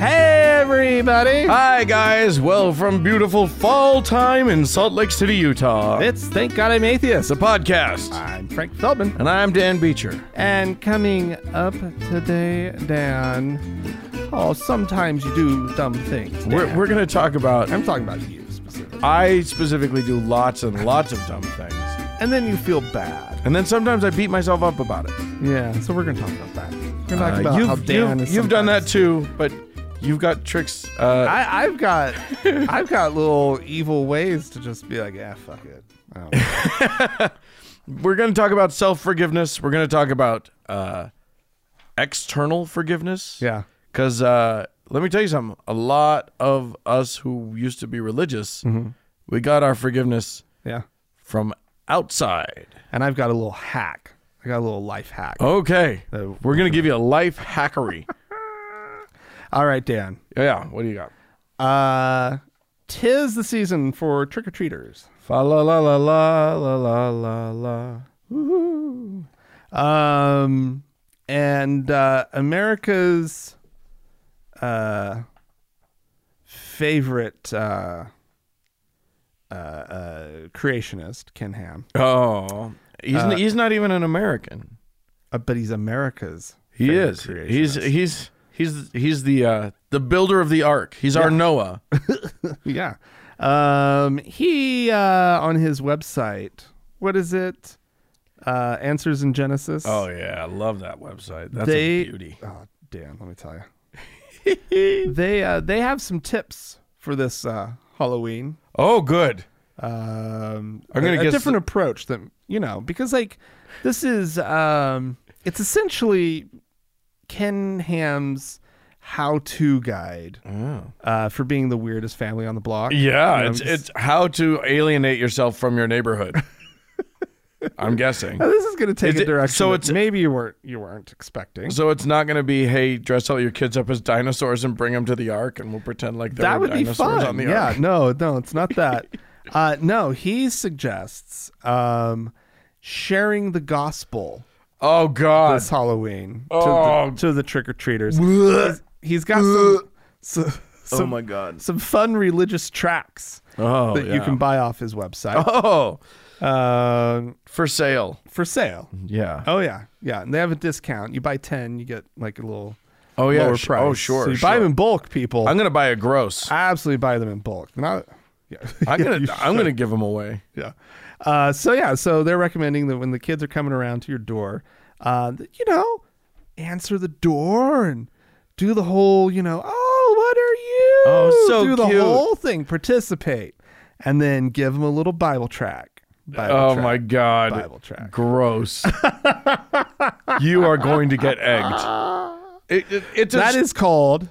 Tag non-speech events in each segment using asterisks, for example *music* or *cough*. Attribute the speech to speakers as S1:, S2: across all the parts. S1: everybody. Uh,
S2: Hi, guys. Well, from beautiful fall time in Salt Lake City, Utah,
S1: It's Thank God I'm Atheist.
S2: the podcast.
S1: I'm Frank Feldman.
S2: And I'm Dan Beecher.
S1: And coming up today, Dan. Oh, sometimes you do dumb things. Dan.
S2: We're, we're going to talk about.
S1: I'm talking about you specifically.
S2: I specifically do lots and lots of dumb things.
S1: And then you feel bad.
S2: And then sometimes I beat myself up about it.
S1: Yeah, so we're going to talk about that. We're going to
S2: Uh,
S1: talk about
S2: you've
S1: how Dan
S2: you've,
S1: is
S2: you've done that
S1: sometimes-
S2: too, but you've got tricks. Uh,
S1: I, I've
S2: *laughs*
S1: got, I've got little evil ways to just be like, yeah, fuck it. Oh, I
S2: *laughs*
S1: don't know.
S2: we're going to talk about self forgiveness. We're going to talk about uh, external forgiveness.
S1: yeah,
S2: Because uh, let me tell you something. A lot of us who used to be religious, we got our forgiveness
S1: yeah.
S2: from outside.
S1: And I've got a little hack. I got a little life hack.
S2: Oh. Okay.
S1: Uh,
S2: We're going to give you a life hackery. *laughs*
S1: All right, Dan.
S2: yeah. What do you got?
S1: Uh, tis the season for trick or treaters.
S2: Fa la la la la la la la la.
S1: Um, and uh, America's uh, favorite uh, uh, uh, creationist, Ken Ham,
S2: Oh. He's, n- he's not even an American.
S1: uh, but he's America's.
S2: He
S1: favorite
S2: is.
S1: creationist.
S2: He's he's he's he's the uh, the builder of the ark. He's our Noah.
S1: *laughs* yeah. Um, he uh, on his website. What is it? Uh, Answers in Genesis.
S2: Oh, yeah, I love that website. That's
S1: They- Oh, Dan, let me tell you.
S2: *laughs*
S1: they uh, they have some tips for this uh, Halloween.
S2: Oh, good.
S1: Um,
S2: I'm gonna
S1: a, a
S2: guess
S1: different approach than you know because like this is um, it's essentially Ken Ham's how-to guide uh, for being the weirdest family on the block.
S2: Oh. Yeah,
S1: You know,
S2: it's
S1: just-
S2: it's how to alienate yourself from
S1: *laughs*
S2: your neighborhood. I'm guessing.
S1: Now, this is going to take
S2: Is
S1: a
S2: it-
S1: direction.
S2: so
S1: that
S2: it's-
S1: maybe you weren't you weren't expecting.
S2: So it's not going to be, hey, dress all your kids up as dinosaurs and bring them to the ark, and we'll pretend like there
S1: that
S2: were
S1: would be
S2: dinosaurs
S1: fun.
S2: on the
S1: yeah,
S2: ark.
S1: no, no, it's not that.
S2: *laughs*
S1: uh, no, he suggests um, sharing the gospel
S2: Oh God,
S1: this Halloween
S2: Oh.
S1: to, the, to the trick or treaters.
S2: *laughs*
S1: He's- he's got some, some, some,
S2: God.
S1: some fun religious tracks
S2: Oh,
S1: that you
S2: yeah.
S1: can buy off his website
S2: Oh, Mm-hmm.
S1: um,
S2: for sale.
S1: for sale.
S2: Yeah.
S1: Oh yeah, yeah, and they have a discount. You buy ten, you get like a little
S2: Oh yeah.
S1: lower
S2: sh-
S1: price.
S2: Oh sure.
S1: So you buy
S2: sure.
S1: them in bulk, people.
S2: I'm going to buy a gross.
S1: absolutely buy them in bulk. They're Not, yeah, *laughs*
S2: I'm
S1: Yeah, *laughs*
S2: gonna
S1: you
S2: I'm gonna give them away.
S1: yeah. Uh, so yeah, so they're recommending that when the kids are coming around to your door, uh, that, you know, answer the door and do the whole, you know, oh, what are you?
S2: Oh, so
S1: do the
S2: cute.
S1: whole thing, participate, and then give them a little Bible track. Bible
S2: oh
S1: track,
S2: my God.
S1: Bible track. *laughs*
S2: Gross. you are going to get egged. It, it, it's a
S1: That
S2: s-
S1: is called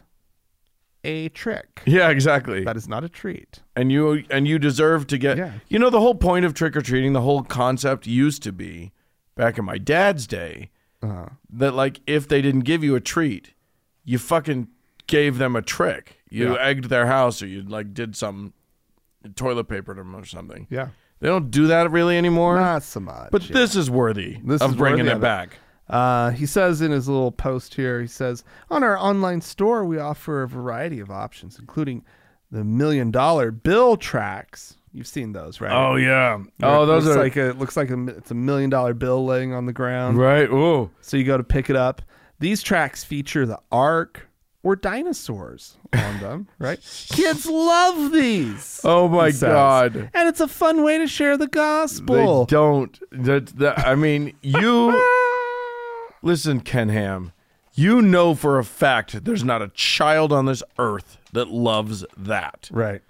S1: a trick.
S2: yeah exactly.
S1: That is not a treat.
S2: and you and you deserve to get
S1: Yeah.
S2: you know the whole point of trick or treating the whole concept used to be back in my dad's day
S1: Uh-huh.
S2: that like if they didn't give you a treat you fucking gave them a trick you egged their house or you like did some toilet paper them or something
S1: Yeah.
S2: they don't do that really anymore
S1: Not so much.
S2: but this is worthy
S1: This
S2: of
S1: is
S2: bringing
S1: worthy
S2: it
S1: of it.
S2: back
S1: Uh, he says in his little post here, he says, On our online store, we offer a variety of options, including the million dollar bill tracks. You've seen those, right?
S2: oh yeah oh
S1: Where it
S2: those
S1: looks
S2: are
S1: like a, it looks like a, mi- it's a million dollar bill laying on the ground.
S2: right ooh
S1: So you go to pick it up. These tracks feature the ark or dinosaurs on
S2: *laughs*
S1: them, right? Kids love these.
S2: oh my
S1: he says.
S2: god
S1: And it's a fun way to share the gospel.
S2: They don't. That, that, I mean, you *laughs* listen, Ken Ham. You know for a fact there's not a child on this earth that loves that.
S1: right.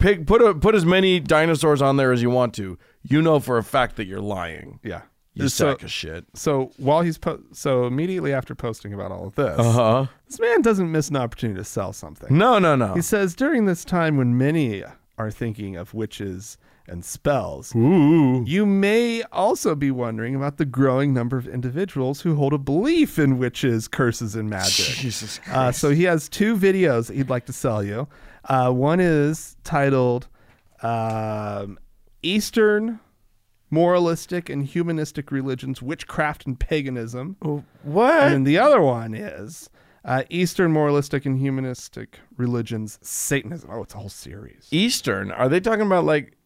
S2: Pick, put a, put as many dinosaurs on there as you want to. You know for a fact that you're lying.
S1: Yeah.
S2: You
S1: So-
S2: sack of shit.
S1: so while he's po- so immediately after posting about all of this,
S2: Uh huh.
S1: this man doesn't miss an opportunity to sell something.
S2: No, no, no.
S1: He says during this time when many are thinking of witches and spells,
S2: Ooh.
S1: you may also be wondering about the growing number of individuals who hold a belief in witches, curses, and magic.
S2: Jesus. Christ.
S1: Uh, so he has two videos that he'd like to sell you. Uh, one is titled um, Eastern Moralistic and Humanistic Religions, Witchcraft and Paganism.
S2: What?
S1: And then the other one is Uh, Eastern moralistic and humanistic religions, Satanism. Oh, it's a whole series.
S2: Eastern? Are they talking about like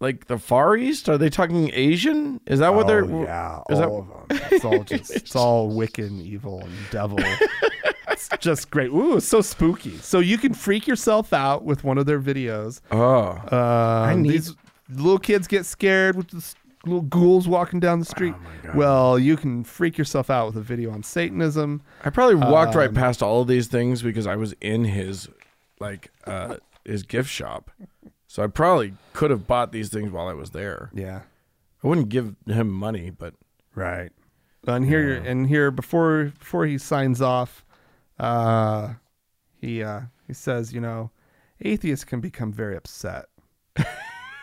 S2: like the Far East? Are they talking Asian? Is that what they're
S1: oh, yeah,
S2: is that-
S1: all of them. It's all *laughs* just it's all Wiccan, evil, and devil. *laughs* it's just great. Ooh, it's so spooky. So you can freak yourself out with one of their videos.
S2: Oh.
S1: Um,
S2: need-
S1: these little kids get scared with the s- little ghouls walking down the street.
S2: God.
S1: well, you can freak yourself out with a video on Satanism.
S2: I probably walked
S1: Um,
S2: right past all of these things because I was in his like uh his gift shop. So I probably could have bought these things while I was there.
S1: Yeah.
S2: I wouldn't give him money, but
S1: Right. And here and here before before he signs off, uh he uh he says, you know, atheists can become very upset.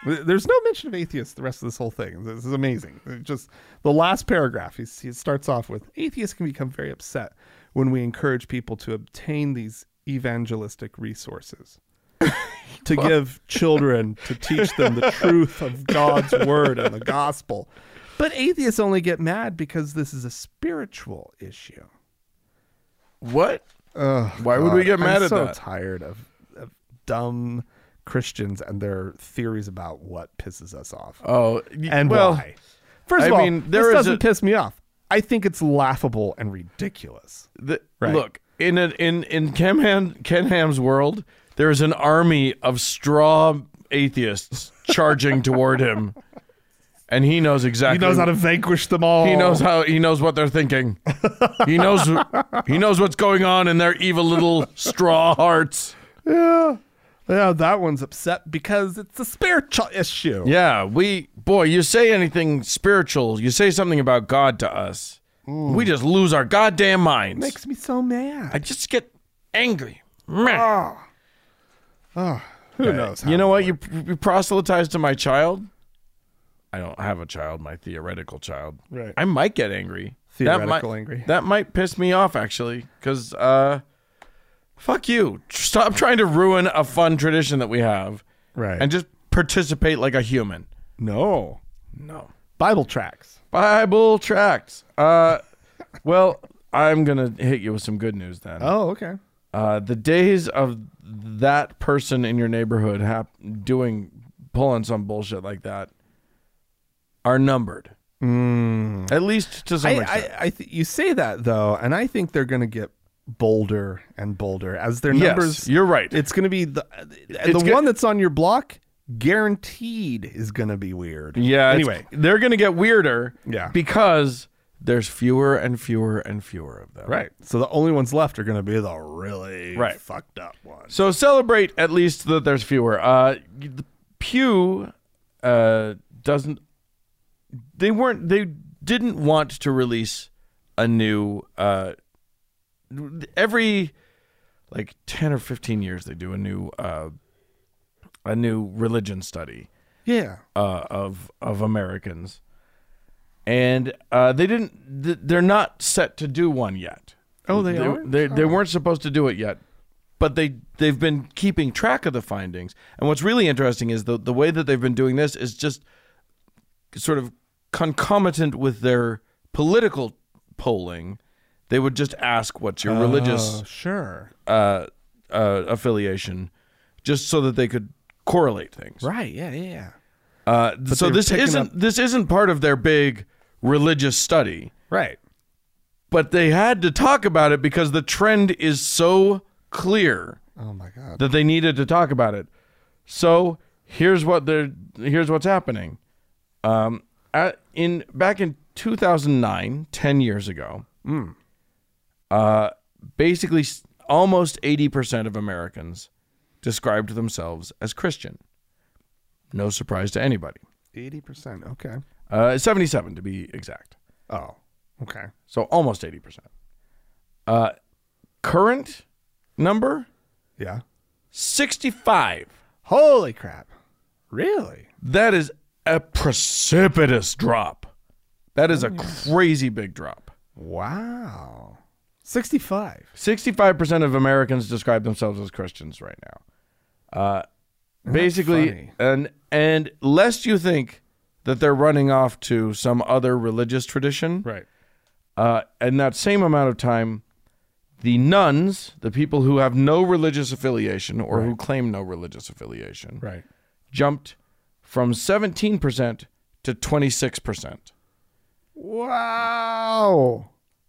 S1: There's no mention of atheists the rest of this whole thing. This is amazing. It just the last paragraph, he's, he starts off with atheists can become very upset when we encourage people to obtain these evangelistic resources to give children to teach them *laughs* the truth of God's word and the gospel. But atheists only get mad because this is a spiritual issue.
S2: what?
S1: Ugh,
S2: Why would we get mad
S1: I'm
S2: at
S1: so
S2: that?
S1: tired of, of dumb Christians and their theories about what pisses us off
S2: Oh, y-
S1: and
S2: well,
S1: why. First
S2: I
S1: of all,
S2: mean, there
S1: this
S2: is
S1: doesn't
S2: a-
S1: piss me off. I think it's laughable and ridiculous.
S2: The,
S1: Right.
S2: Look in a, in in Ken, Ham, Ken Ham's world, there is an army of straw atheists charging toward him, and he knows
S1: He
S2: exactly.
S1: knows how to vanquish them all.
S2: He knows how. He knows what they're thinking. He knows. he knows what's going on in their evil little straw hearts.
S1: Yeah. Yeah, that one's upset because it's a spiritual issue.
S2: Yeah, we boy, you say anything spiritual, you say something about God to us, we just lose our goddamn minds.
S1: Makes me so mad.
S2: I just get angry. Meh.
S1: Ah. Who knows?
S2: you know what? You, you proselytize to my child. I don't have a child, my theoretical child.
S1: Right.
S2: I might get angry. that
S1: Theoretical
S2: might,
S1: angry.
S2: That might piss me off actually, because uh, fuck you. Stop trying to ruin a fun tradition that we have,
S1: Right.
S2: and just participate like a human.
S1: no.
S2: No.
S1: Bible tracks.
S2: Bible tracts. Uh, well, I'm gonna hit you with some good news then.
S1: Oh, okay.
S2: Uh, the days of that person in your neighborhood hap- doing pulling some bullshit like that are numbered, at least to some
S1: Mm. I,
S2: extent.
S1: I, I th- you say that though, and I think they're going to get bolder and bolder as their
S2: yes,
S1: numbers.
S2: you're right.
S1: It's going to be the the
S2: It's go-
S1: one that's on your block. Guaranteed is going to be weird.
S2: yeah. it's-
S1: Anyway.
S2: they're gonna get weirder.
S1: Yeah.
S2: because there's fewer and fewer and fewer of them.
S1: Right. So the only ones left are going to be the really
S2: Right.
S1: fucked up ones.
S2: So celebrate at least that there's fewer. Uh, the Pew uh, doesn't. They weren't. They didn't want to release a new. Uh, every like ten or fifteen years, they do a new uh, a new religion study
S1: Yeah.
S2: uh, of of Americans, and uh, they didn't. th- They're not set to do one yet.
S1: Oh, they
S2: they
S1: are?
S2: They, they weren't supposed to do it yet, but they they've been keeping track of the findings. And what's really interesting is the the way that they've been doing this is just sort of concomitant with their political polling. They would just ask what's your religious
S1: Oh, sure.
S2: uh, uh, affiliation, just so that they could correlate things.
S1: Right. Yeah. Yeah. yeah.
S2: Uh, so
S1: they're
S2: this
S1: picking
S2: isn't this isn't part of their big religious study,
S1: Right.
S2: but they had to talk about it because the trend is so clear
S1: Oh my God.
S2: that they needed to talk about it. So here's what they're here's what's happening. Um, at, in back in 2009, 10 years ago, uh, basically s- almost 80 percent of Americans described themselves as Christian. No surprise to anybody.
S1: Eighty percent. Okay.
S2: Uh, 77 to be exact.
S1: Oh. Okay.
S2: So almost 80%. Uh, current number
S1: Yeah.
S2: 65.
S1: Holy crap. Really?
S2: That is a precipitous drop. That is a crazy big drop.
S1: Wow. Sixty-five.
S2: 65% of Americans describe themselves as Christians right now. Uh, basically,
S1: funny.
S2: and and lest you think that they're running off to some other religious tradition,
S1: Right.
S2: Uh, in that same amount of time, the nuns, the people who have no religious affiliation or who claim no religious affiliation,
S1: Right.
S2: jumped from 17% to 26%.
S1: Wow.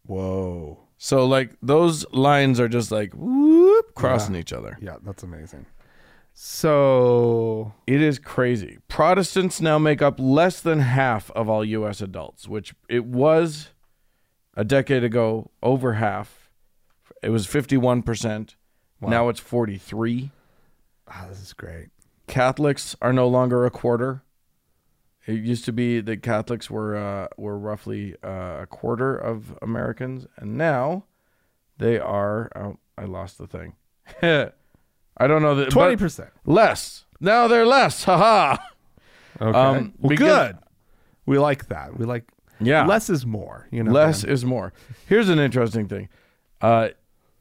S1: Whoa.
S2: So like those lines are just like whoop crossing each other.
S1: Yeah, that's amazing. So
S2: It is crazy. Protestants now make up less than half of all US adults, which it was a decade ago over half. It was 51%. Now it's 43.
S1: ah, this is great.
S2: Catholics are no longer a quarter. It used to be that Catholics were uh, were roughly uh, a quarter of Americans, and now they are. Oh, I lost the thing. *laughs* I don't know that.
S1: Twenty
S2: but
S1: percent.
S2: less. Now they're less. Ha ha.
S1: Okay.
S2: um,
S1: well,
S2: because-
S1: good. We like that. We like
S2: Yeah.
S1: less is more. You know.
S2: Ah. Less
S1: man.
S2: is more. Here's an interesting thing. Uh,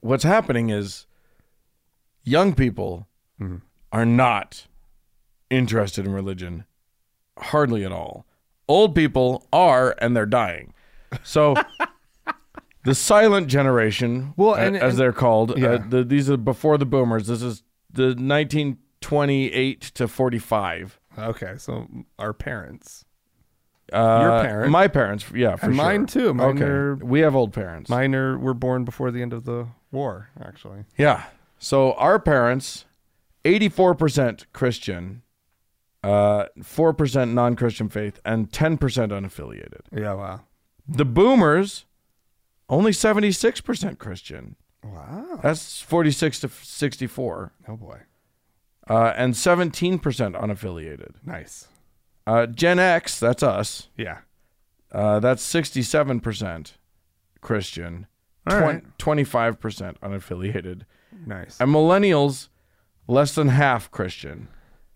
S2: what's happening is young people
S1: Mm-hmm.
S2: are not interested in religion hardly at all. Old people are, and they're dying.
S1: *laughs*
S2: So the silent generation,
S1: Well,
S2: well,
S1: and-
S2: as
S1: and-
S2: they're called,
S1: Yeah.
S2: uh, the, these are before the boomers. This is the 1928 to 45.
S1: Okay. So our parents.
S2: Uh,
S1: parents.
S2: my parents, yeah, for
S1: And
S2: sure.
S1: mine too. Mine
S2: okay,
S1: are-
S2: we have old parents.
S1: Mine are were born before the end of the war. Actually.
S2: Yeah. So our parents, 84% Christian, uh, 4% non Christian faith, and 10% unaffiliated.
S1: Yeah. Wow.
S2: The boomers, only 76% Christian.
S1: Wow.
S2: That's 46 to 64,
S1: Oh boy.
S2: uh, and 17% unaffiliated.
S1: Nice.
S2: Uh, Gen X, that's us,
S1: Yeah.
S2: uh, that's 67% Christian,
S1: All
S2: twen- 25% unaffiliated,
S1: Nice.
S2: and millennials, less than half Christian.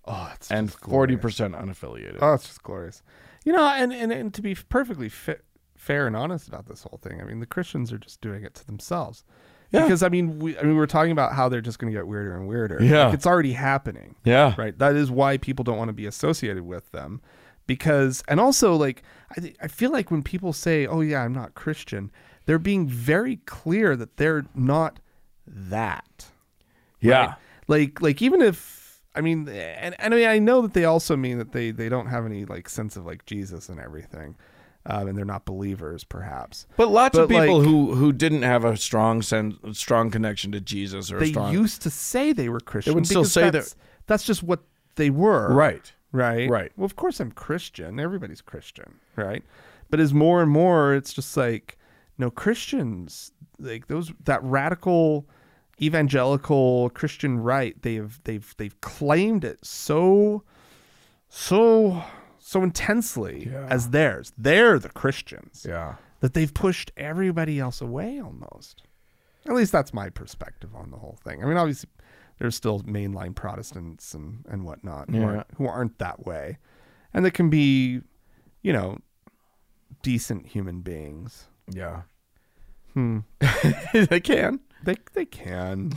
S1: oh, it's
S2: and
S1: just glorious.
S2: forty percent unaffiliated.
S1: Oh, it's just glorious. You know, and and, and to be perfectly fa- fair and honest about this whole thing, I mean, the Christians are just doing it to themselves.
S2: Yeah.
S1: Because I mean, we I mean, we were talking about how they're just going to get weirder and weirder.
S2: Yeah.
S1: Like, it's already happening.
S2: yeah,
S1: Right. That is why people don't want to be associated with them, because and also like I th- I feel like when people say, "Oh yeah, I'm not Christian," they're being very clear that they're not that.
S2: yeah.
S1: Like like even if I mean and, and I mean I know that they also mean that they they don't have any like sense of like Jesus and everything. Um, and they're not believers perhaps.
S2: But lots of
S1: But,
S2: people
S1: like-
S2: who who didn't have a strong sense, strong connection to Jesus or a
S1: They
S2: strong
S1: used to say they were Christian.
S2: would still
S1: because
S2: say they're-
S1: that's, that's just what they were.
S2: right.
S1: Right.
S2: Right.
S1: Well, of course I'm Christian. Everybody's Christian, right? But as more and more, it's just like no Christians, like those that radical evangelical Christian right. They've they've they've claimed it so so so intensely as theirs. They're the Christians
S2: Yeah,
S1: that they've pushed everybody else away almost. At least that's my perspective on the whole thing. I mean, obviously, there's still mainline Protestants and, and whatnot who,
S2: Yeah.
S1: aren't, who aren't that way. And that can be, you know, decent human beings.
S2: yeah. Hmm. *laughs* they can.
S1: They, they can.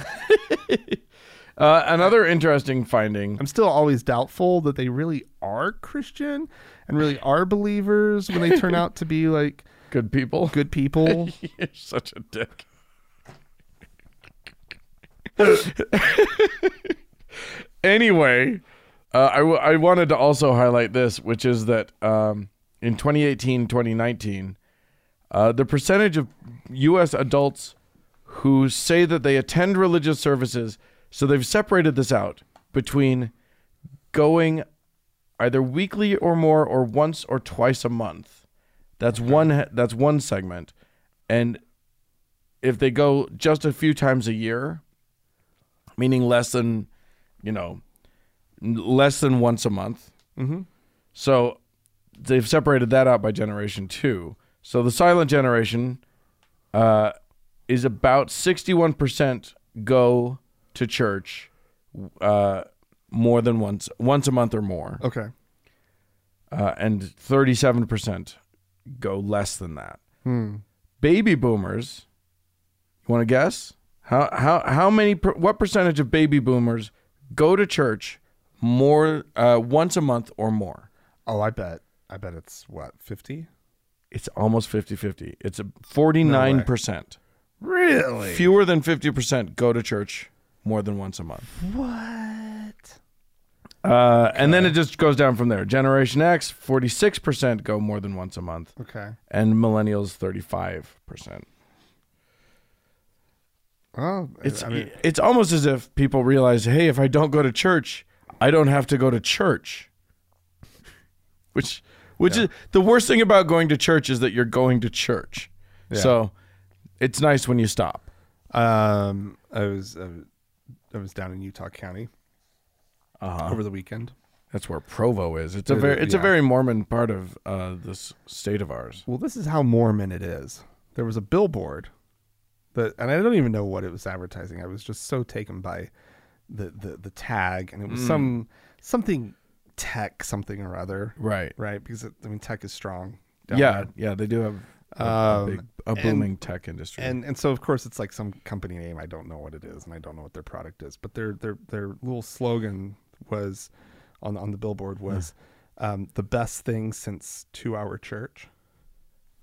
S2: Uh, another interesting finding.
S1: I'm still always doubtful that they really are Christian and really are believers when they turn out to be like
S2: Good people.
S1: good people.
S2: *laughs* You're such a dick. *laughs* anyway, uh, I, w- I wanted to also highlight this, which is that um, in 2018, 2019, uh, the percentage of U.S. adults who say that they attend religious services, so they've separated this out between going either weekly or more, or once or twice a month. That's one. That's one segment, and if they go just a few times a year, meaning less than, you know, n- less than once a month.
S1: mm-hmm.
S2: So they've separated that out by generation too. So the silent generation uh, is about 61% go to church uh, more than once, once a month or more.
S1: Okay.
S2: Uh, and 37% go less than that
S1: Hmm.
S2: baby boomers. You want to guess how how how many per, what percentage of baby boomers go to church more uh, once a month or more?
S1: Oh, I bet. I bet it's what, 50?
S2: It's almost 50-50. It's a 49%.
S1: Really?
S2: Fewer than 50% go to church more than once a month.
S1: What?
S2: Uh, And then it just goes down from there. Generation X, 46% go more than once a month,
S1: Okay.
S2: and millennials, 35%.
S1: Oh,
S2: It's, it's almost as if people realize, hey, if I don't go to church, I don't have to go to church. Which, which is the worst thing about going to church is that you're going to church. So it's nice when you stop.
S1: Um, I was uh, I was down in Utah County over the weekend.
S2: That's where Provo is. It's a
S1: It-
S2: very it's a
S1: yeah.
S2: very Mormon part of uh, this state of ours.
S1: Well, this is how Mormon it is. There was a billboard that, and I don't even know what it was advertising. I was just so taken by the the, the tag, and it was some something tech something or other,
S2: Right.
S1: right? Because it, I mean, tech is strong. down
S2: Yeah.
S1: there.
S2: Yeah. They do have a, a,
S1: Um,
S2: big, a booming tech industry.
S1: And and so of course it's like some company name I don't know what it is and I don't know what their product is, but their their their little slogan was on on the billboard was um, the best thing since two hour
S2: *laughs*
S1: church.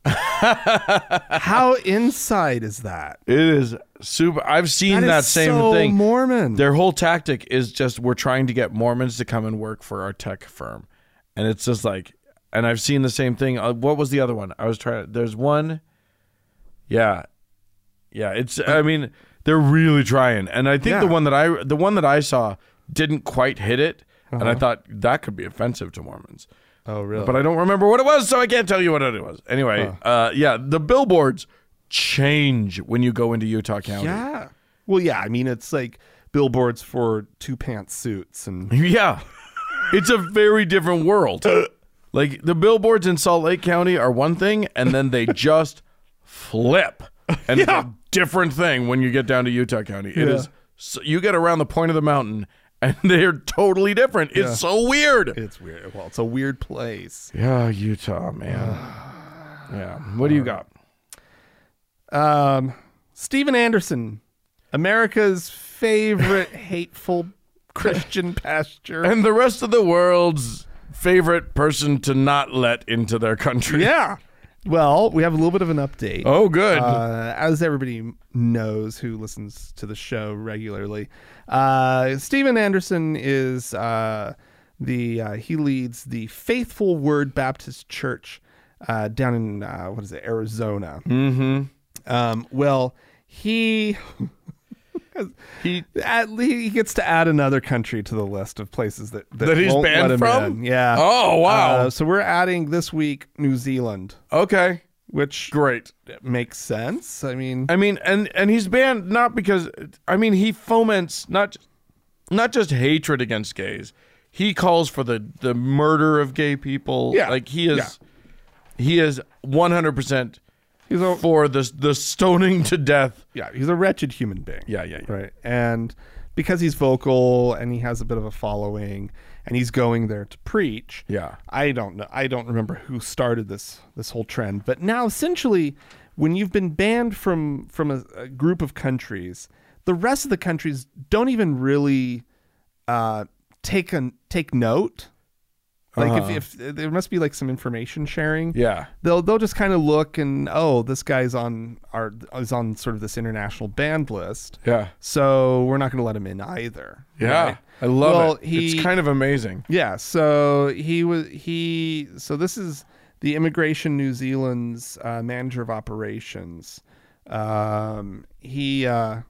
S1: How inside is that?
S2: it is super. I've seen that,
S1: is
S2: same
S1: so
S2: thing.
S1: Mormon.
S2: Their whole tactic is just we're trying to get Mormons to come and work for our tech firm, and it's just like, and I've seen the same thing. Uh, what was the other one? I was trying. There's one. Yeah, yeah. It's. I mean, they're really trying, and I think
S1: Yeah.
S2: the one that I the one that I saw didn't quite hit it, and
S1: Uh-huh.
S2: I thought that could be offensive to Mormons.
S1: oh really?
S2: But I don't remember what it was, so I can't tell you what it was. Anyway, uh, yeah, the billboards change when you go into Utah County.
S1: yeah. Well, yeah. I mean, it's like billboards for two pants suits and
S2: *laughs* Yeah. It's a very different
S1: *laughs*
S2: world. Like the billboards in Salt Lake County are one thing and then
S1: *laughs*
S2: they just flip. And it's a different thing when you get down to Utah County. It is so, you get around the point of the mountain and *laughs* they're totally different. It's so weird.
S1: it's weird. Well, it's a weird place.
S2: Yeah,
S1: *sighs*
S2: Utah, man. yeah. What do you got?
S1: Um, Steven Anderson, America's favorite hateful Christian
S2: *laughs*
S1: pastor.
S2: And the rest of the world's favorite person to not let into their country.
S1: Yeah. Well, we have a little bit of an update.
S2: Oh, good.
S1: Uh, as everybody knows who listens to the show regularly, uh, Steven Anderson is uh, the uh, he leads the Faithful Word Baptist Church uh, down in uh, what is it Arizona. Mm-hmm. Um, well, he
S2: he
S1: *laughs* at least he gets to add another country to the list of places that that,
S2: That he's
S1: won't let
S2: banned
S1: him
S2: from?
S1: in. Yeah.
S2: Oh, wow.
S1: Uh, so we're adding this week New Zealand,
S2: okay.
S1: which
S2: Great.
S1: makes sense. I mean,
S2: I mean, and and he's banned not because I mean he foments not not just hatred against gays. He calls for the the murder of gay people.
S1: Yeah.
S2: like he is he is one hundred percent
S1: he's a
S2: for the the stoning to death.
S1: yeah, he's a wretched human being.
S2: Yeah, yeah, yeah.
S1: Right. And because he's vocal and he has a bit of a following and he's going there to preach.
S2: Yeah.
S1: I don't know. I don't remember who started this this whole trend, but now essentially when you've been banned from from a, a group of countries, the rest of the countries don't even really uh take an take note. Like if, if there must be like some information sharing
S2: Yeah,
S1: they'll they'll just kind of look and oh this guy's on our is on sort of this international banned list
S2: yeah,
S1: so we're not going to let him in either
S2: yeah.
S1: right?
S2: I love
S1: Well,
S2: it.
S1: he-
S2: it's kind of amazing.
S1: yeah so he was he so this is the immigration new zealand's uh, manager of operations um, he uh,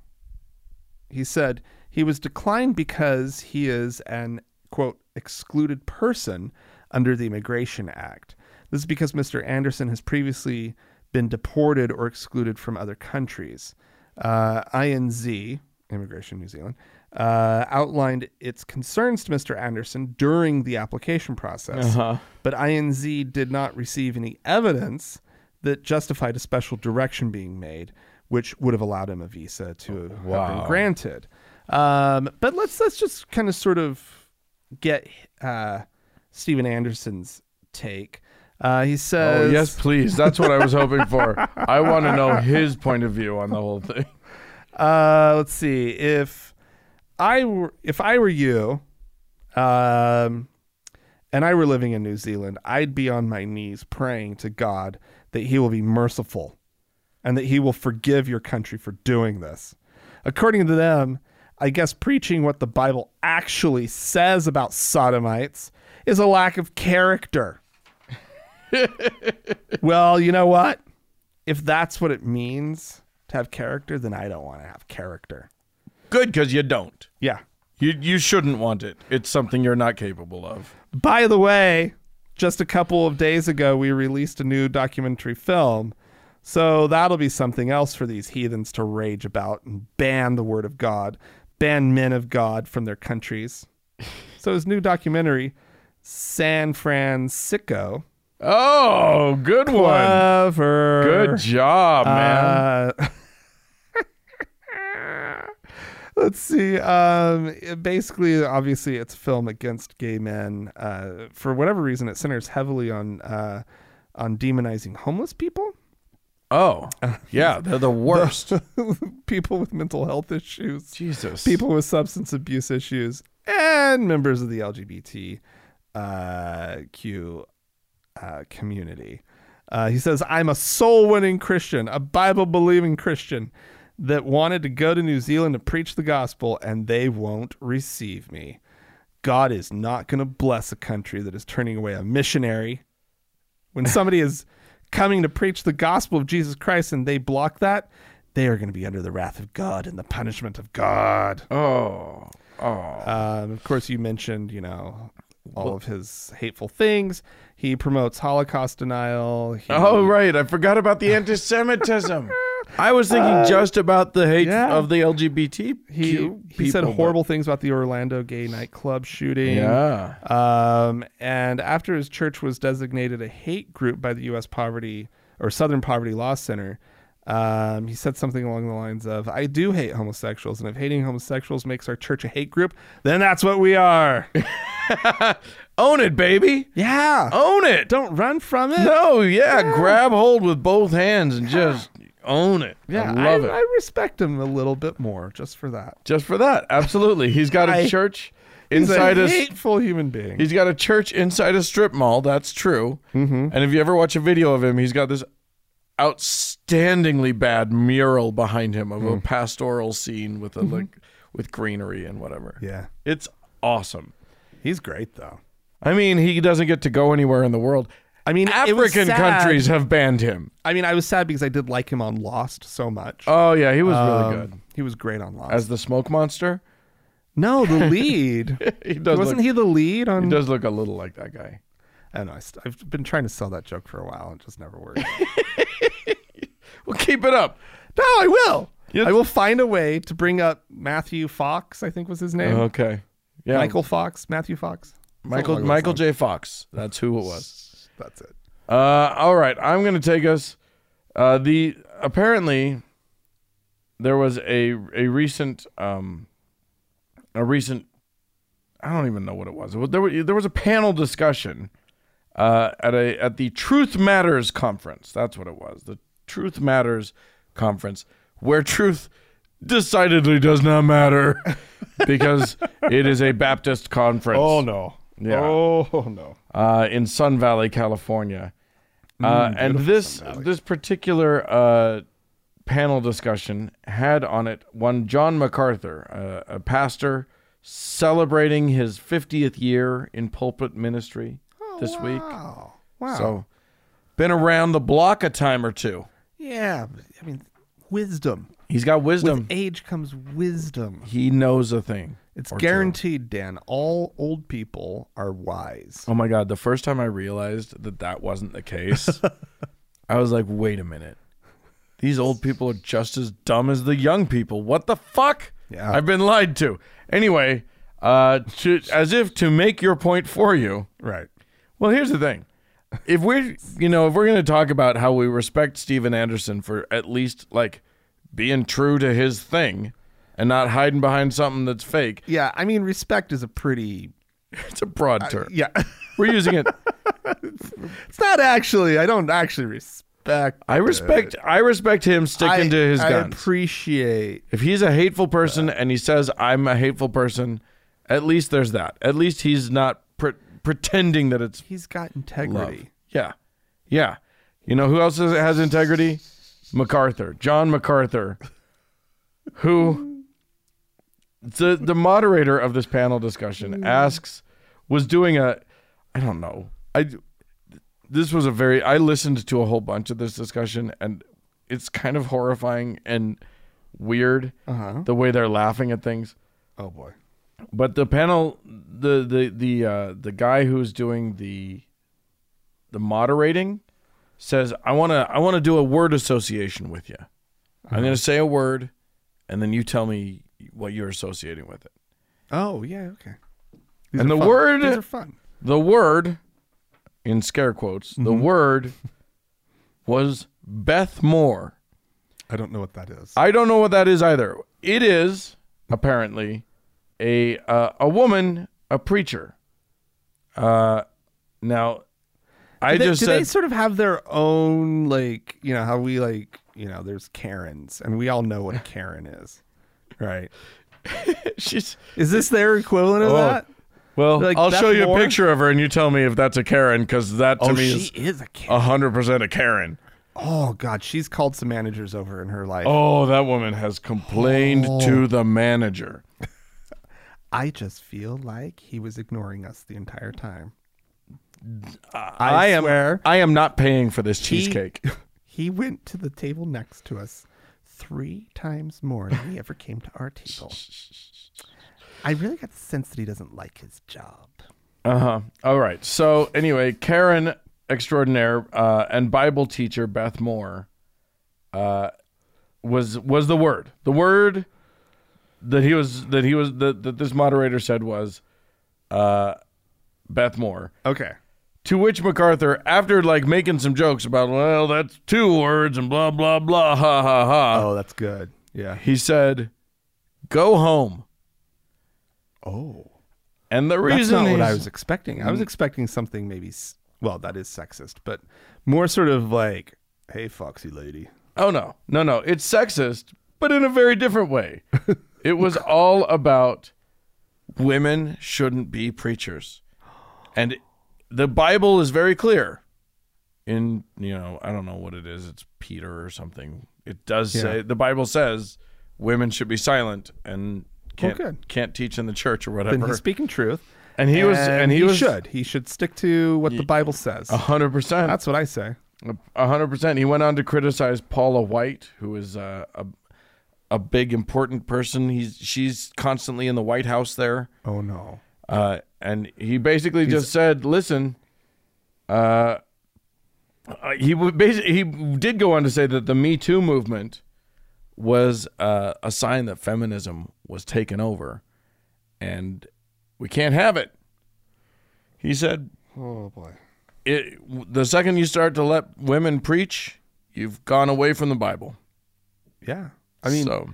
S1: he said he was declined because he is an quote excluded person under the immigration act this is because mr anderson has previously been deported or excluded from other countries uh, inz immigration new zealand uh, outlined its concerns to mr anderson during the application process
S2: Uh-huh.
S1: but inz did not receive any evidence that justified a special direction being made which would have allowed him a visa to have
S2: Oh, Wow.
S1: been granted. Um, but let's let's just kind of sort of get uh, Steven Anderson's take. Uh, he says,
S2: Oh yes, please. That's what I was hoping for. I want to know his point of view on the whole thing.
S1: uh, let's see if I were if I were you, um, and I were living in New Zealand, I'd be on my knees praying to God that He will be merciful and that he will forgive your country for doing this. According to them, I guess preaching what the Bible actually says about sodomites is a lack of character. well, you know what? If that's what it means to have character, then I don't want to have character.
S2: Good, because you don't.
S1: Yeah.
S2: You you shouldn't want it. It's something you're not capable of.
S1: By the way, just a couple of days ago, we released a new documentary film. So that'll be something else for these heathens to rage about and ban the word of God, ban men of God from their *laughs* countries. so his new documentary, San Francisco,
S2: Oh, good one.
S1: clever.
S2: Good job, man.
S1: Uh, *laughs* let's see. Um, it basically, obviously, it's a film against gay men. Uh, for whatever reason, it centers heavily on uh, on demonizing homeless people, *laughs*
S2: *laughs* Oh, yeah, they're the *laughs* worst.
S1: people with mental health issues,
S2: Jesus.
S1: people with substance abuse issues, and members of the LGBT uh, Q uh, community. Uh, he says, I'm a soul winning Christian, a Bible believing Christian that wanted to go to New Zealand to preach the gospel, and they won't receive me. God is not going to bless a country that is turning away a missionary. When somebody is coming to preach the gospel of Jesus Christ and they block that, they are going to be under the wrath of God and the punishment of God.
S2: Oh, oh.
S1: Um, of course, you mentioned, you know, all of his hateful things. He promotes Holocaust denial. He,
S2: Oh right, I forgot about the anti-Semitism. *laughs* Uh, I was thinking just about the hate
S1: yeah.
S2: of the LGBT.
S1: he, he said horrible things about the Orlando gay nightclub shooting.
S2: Yeah.
S1: Um, and after his church was designated a hate group by the U.S. Poverty or Southern Poverty Law Center, um, he said something along the lines of, "I do hate homosexuals, and if hating homosexuals makes our church a hate group, then that's what we
S2: *laughs*
S1: are."
S2: Own it, baby.
S1: yeah.
S2: Own it.
S1: Don't run from it.
S2: No, yeah, grab hold with both hands and just own it.
S1: Yeah,
S2: I love it.
S1: I respect him a little bit more just for that.
S2: just for that. Absolutely. He's *laughs* got a
S1: I-
S2: church
S1: He's
S2: inside
S1: a
S2: a
S1: hateful human being.
S2: He's got a church inside a strip mall. That's true. Mm-hmm. And if you ever watch a video of him, he's got this outstandingly bad mural behind him of a pastoral scene with a like with greenery and whatever.
S1: yeah,
S2: It's awesome.
S1: he's great though.
S2: I mean, he doesn't get to go anywhere in the world.
S1: I mean, it was
S2: African
S1: sad.
S2: countries have banned him.
S1: I mean, I was sad because I did like him on Lost so much.
S2: Oh yeah, he was
S1: Um,
S2: really good
S1: He was great on Lost.
S2: as the smoke monster.
S1: no,
S2: *laughs*
S1: the lead.
S2: He does
S1: Wasn't
S2: look,
S1: he the lead on?
S2: he does look a little like that guy.
S1: I don't know. I st- I've been trying to sell that joke for a while and it just never
S2: *laughs*
S1: worked.
S2: Well, keep it up.
S1: no, I will.
S2: Yes.
S1: I will find a way to bring up Matthew Fox. I think was his name.
S2: Okay. Uh, Yeah.
S1: Michael Fox. Matthew Fox.
S2: Michael
S1: Something
S2: Michael
S1: along
S2: J. Fox. That's who it was.
S1: those lines. That's it.
S2: Uh, all right, I'm going to take us. Uh, the apparently there was a a recent um, a recent I don't even know what it was. It was- There were, there was a panel discussion uh, at a at the Truth Matters conference. That's what it was. The Truth Matters conference where truth decidedly does not matter *laughs* because it is a Baptist conference
S1: no.
S2: Oh, Yeah.
S1: Oh no.
S2: uh, in Sun Valley, California. Uh, and this this particular uh, panel discussion had on it one John MacArthur, uh, a pastor celebrating his 50th year in pulpit ministry this week.
S1: Wow. Oh, Wow.
S2: So, been around the block a time or two.
S1: yeah. but, I mean, wisdom.
S2: He's got
S1: With
S2: wisdom.
S1: age comes wisdom.
S2: he knows a thing.
S1: It's
S2: or two.
S1: guaranteed, Dan. All old people are wise.
S2: Oh my God. The first time I realized that that wasn't the case, I was like, wait a minute. These old people are just as dumb as the young people. What the fuck?
S1: Yeah.
S2: I've been lied to. Anyway, uh, to, as if to make your point for you.
S1: Right.
S2: Well, here's the thing. If we're, you know, if we're going to talk about how we respect Steven Anderson for at least like being true to his thing and not hiding behind something that's fake,
S1: Yeah. I mean, respect is a pretty.
S2: it's a broad term.
S1: Yeah. *laughs*
S2: We're using it
S1: it's not actually. I don't actually respect.
S2: I respect I respect him sticking
S1: Uh, I-
S2: to his
S1: I
S2: guns.
S1: appreciate.
S2: if he's a hateful person and he says I'm a hateful person, at least there's that. At least he's not pre- pretending that it's
S1: He's got
S2: love.
S1: integrity.
S2: Yeah, yeah. You know who else has, has integrity? MacArthur, John MacArthur, who the the moderator of this panel discussion asks was doing a I don't know. I this was a very I listened to a whole bunch of this discussion and it's kind of horrifying and weird
S1: Uh-huh.
S2: the way they're laughing at things.
S1: Oh boy.
S2: But the panel, the the the uh, the guy who's doing the the moderating says, "I want to I want to do a word association with you. I'm going to say a word, and then you tell me what you're associating with it.
S1: Oh yeah. Okay.
S2: And
S1: are
S2: the
S1: fun.
S2: word-
S1: These are fun.
S2: The word, in scare quotes, the word was Beth Moore.
S1: I don't know what that is.
S2: I don't know what that is either. It is apparently a uh, a woman, a preacher. Uh, now, I
S1: do they,
S2: just
S1: do they
S2: said
S1: sort of have their own like you know how we like you know there's Karens and we all know what a Karen is, right?
S2: *laughs* she's
S1: Is this their equivalent of
S2: Oh,
S1: that?
S2: well.
S1: Like
S2: I'll
S1: Beth
S2: show you
S1: Moore? Oh,
S2: a picture of her, and you tell me if that's a Karen, because that to me oh, is Oh.
S1: is a Karen.
S2: hundred percent a Karen.
S1: oh God, she's called some managers over in her life.
S2: Oh, that woman has complained to the manager.
S1: I just feel like he was ignoring us the entire time.
S2: I, am.
S1: swear.
S2: I am not paying for this
S1: He-
S2: cheesecake.
S1: He went to the table next to us three times more than he ever came to our table. I really got the sense that he doesn't like his job.
S2: Uh huh. All right. So anyway, Karen extraordinaire uh, and Bible teacher Beth Moore uh, was was the word. The word that he was that he was that, that this moderator said was uh, Beth Moore.
S1: Okay.
S2: To which MacArthur, after like making some jokes about, well, that's two words and blah blah blah, ha ha ha,
S1: Oh, that's good. Yeah.
S2: he said, "Go home."
S1: Oh.
S2: And the
S1: That's
S2: reason
S1: not what I
S2: he's-
S1: was expecting. I was expecting something maybe, s- well, that is sexist, but more sort of like, hey, foxy lady.
S2: Oh no, no, no! It's sexist, but in a very
S1: *laughs*
S2: different way. it was all about women shouldn't be preachers, and the Bible is very clear. In you know, I don't know what it is. It's Peter or something. It does
S1: Yeah.
S2: say the Bible says women should be silent and can't
S1: good.
S2: can't teach in the church or
S1: Then
S2: whatever.
S1: he's speaking truth.
S2: And he was, and he, was Oh.
S1: should. He should stick to what the Bible says.
S2: hundred percent.
S1: That's what I say.
S2: A hundred percent. He went on to criticize Paula White, who is uh, a a big important person. He's she's constantly in the White House there,
S1: Oh no.
S2: uh, and he basically just said, "Listen." Uh, uh, he w- basically he did go on to say that the Me Too movement was uh, a sign that feminism was taken over, and we can't have it. He said,
S1: Oh boy.
S2: it the second you start to let women preach, you've gone away from the Bible.
S1: Yeah. I mean,
S2: so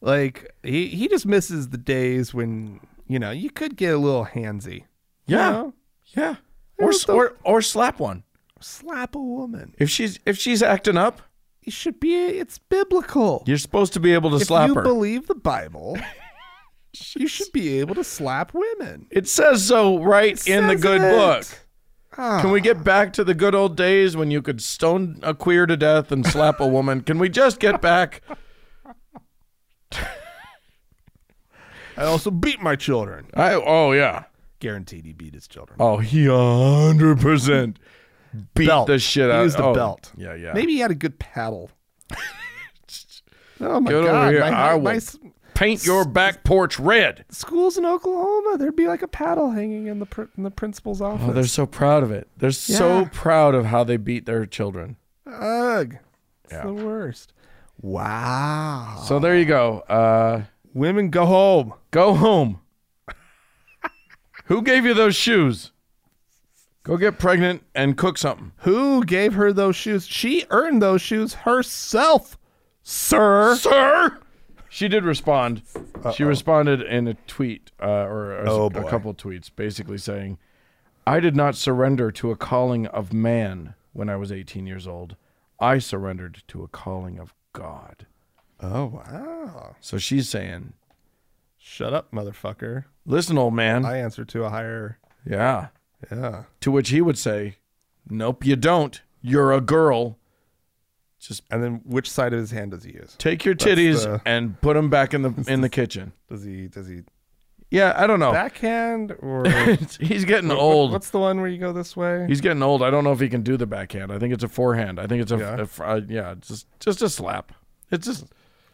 S1: like he he just misses the days when you know you could get a little handsy. you
S2: Yeah.
S1: know?
S2: yeah, or
S1: what the-
S2: or or slap one
S1: Slap a woman.
S2: if she's if she's acting up.
S1: It should be. It's biblical.
S2: You're supposed to be able to
S1: if
S2: slap
S1: you
S2: her.
S1: believe the
S2: *laughs*
S1: Bible, you should be able to slap women.
S2: it says so right in the
S1: Says
S2: good
S1: it.
S2: book.
S1: Ah,
S2: Can we get back to the good old days when you could stone a queer to death and slap a woman? Can we just get back?
S1: I also beat my children.
S2: I oh yeah.
S1: Guaranteed, he beat his children.
S2: Oh, he hundred percent beat
S1: Belt.
S2: the shit
S1: He
S2: out.
S1: used a
S2: oh,
S1: belt.
S2: Yeah, yeah.
S1: Maybe he had a good *laughs* paddle. oh my
S2: Get over
S1: god!
S2: here.
S1: My,
S2: I
S1: my
S2: will-
S1: s-
S2: paint your back porch red.
S1: schools in Oklahoma, there'd be like a paddle hanging in the pr- in the principal's office.
S2: Oh, they're so proud of it. They're
S1: Yeah.
S2: so proud of how they beat their children.
S1: Ugh. It's
S2: Yeah.
S1: the worst. Wow.
S2: So there you go. Uh,
S1: Women go home.
S2: go home. *laughs* Who gave you those shoes? Go get pregnant and cook something,
S1: Who gave her those shoes? She earned those shoes herself, sir.
S2: sir. She did respond. She responded in a tweet uh, or a,
S1: Oh,
S2: a
S1: boy.
S2: couple tweets, basically saying, "I did not surrender to a calling of man when I was 18 years old. I surrendered to a calling of God."
S1: Oh, wow.
S2: So she's saying,
S1: Shut up, motherfucker.
S2: "Listen, old man.
S1: I answer to a higher.
S2: yeah."
S1: Yeah.
S2: To which he would say, Nope, you don't. You're a girl. Just
S1: And then which side of his hand does he use?
S2: take your titties
S1: the-
S2: and put them back in the in the kitchen.
S1: Does he does he
S2: Yeah, I
S1: Oh.
S2: don't know.
S1: backhand *laughs* or
S2: *laughs* He's getting old.
S1: What's the one where you go this way?
S2: He's getting old. I don't know if he can do the backhand. I think it's a forehand. I think it's a
S1: Yeah.
S2: a fr- uh, yeah just just a slap. It's just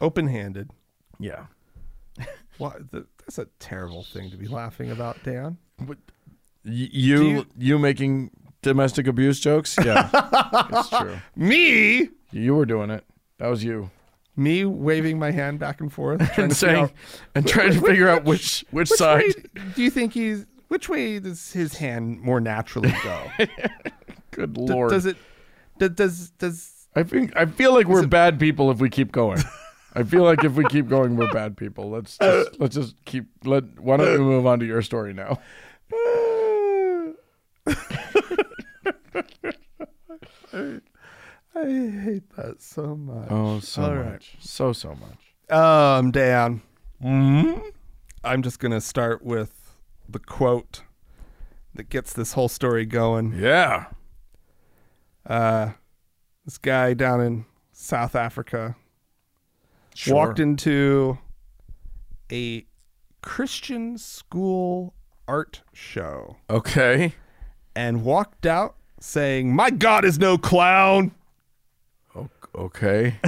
S1: Open-handed.
S2: yeah.
S1: Why, th- that's a terrible thing to be laughing about, Dan.
S2: Y- you, you
S1: you-
S2: making domestic abuse jokes? *laughs* Yeah, it's true.
S1: Me,
S2: You were doing it. That was you.
S1: me waving my hand back and *laughs* forth, trying to figure
S2: And saying
S1: out
S2: and trying *laughs* to figure out which which
S1: which
S2: side.
S1: way do you think he's? Which way does his hand more naturally *laughs* go?
S2: Good
S1: D-
S2: lord.
S1: Does it? d- Does *laughs* does
S2: I think I feel like we're bad people if we keep
S1: *laughs*
S2: going. I feel like if we keep going, we're bad people. Let's
S1: Uh,
S2: just, let's just keep. Let why don't we move on to your story now?
S1: I hate that so much.
S2: Oh, so
S1: All
S2: much,
S1: right.
S2: so so much.
S1: Um, Dan. I'm just gonna start with the quote that gets this whole story going.
S2: Yeah.
S1: Uh, this guy down in South Africa walked into a Christian school art show
S2: Okay.
S1: and walked out saying, "My God is no clown."
S2: O- Okay.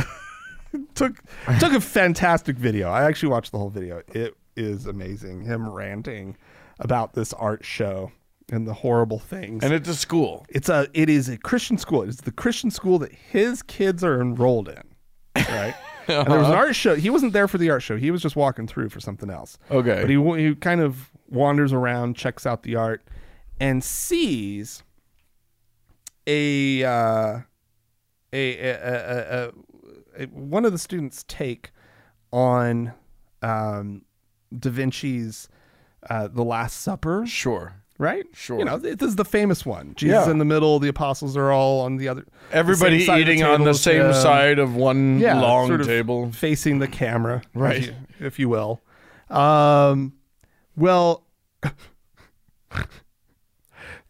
S1: Took took a fantastic video. I actually watched the whole video. It is amazing. Him ranting about this art show and the horrible things.
S2: and it's a school.
S1: it's a it is a Christian school. It's the Christian school that his kids are enrolled in. Right. And there was an art show. He wasn't there for the art show. He was just walking through for something else.
S2: Okay.
S1: But he wa- he kind of wanders around, checks out the art, and sees a uh, a, a, a, a, a, a one of the students take on um, Da Vinci's uh, The Last Supper
S2: Sure.
S1: right?
S2: Sure.
S1: You know, th- this is the famous one. Jesus
S2: Yeah.
S1: in the middle, the apostles are all on the other. the
S2: Everybody
S1: same side of the
S2: eating on
S1: table
S2: the
S1: with
S2: same
S1: them,
S2: side of one
S1: Yeah,
S2: long
S1: sort of
S2: table.
S1: facing the camera, if
S2: Right.
S1: you- If you, will. Um, well, *laughs*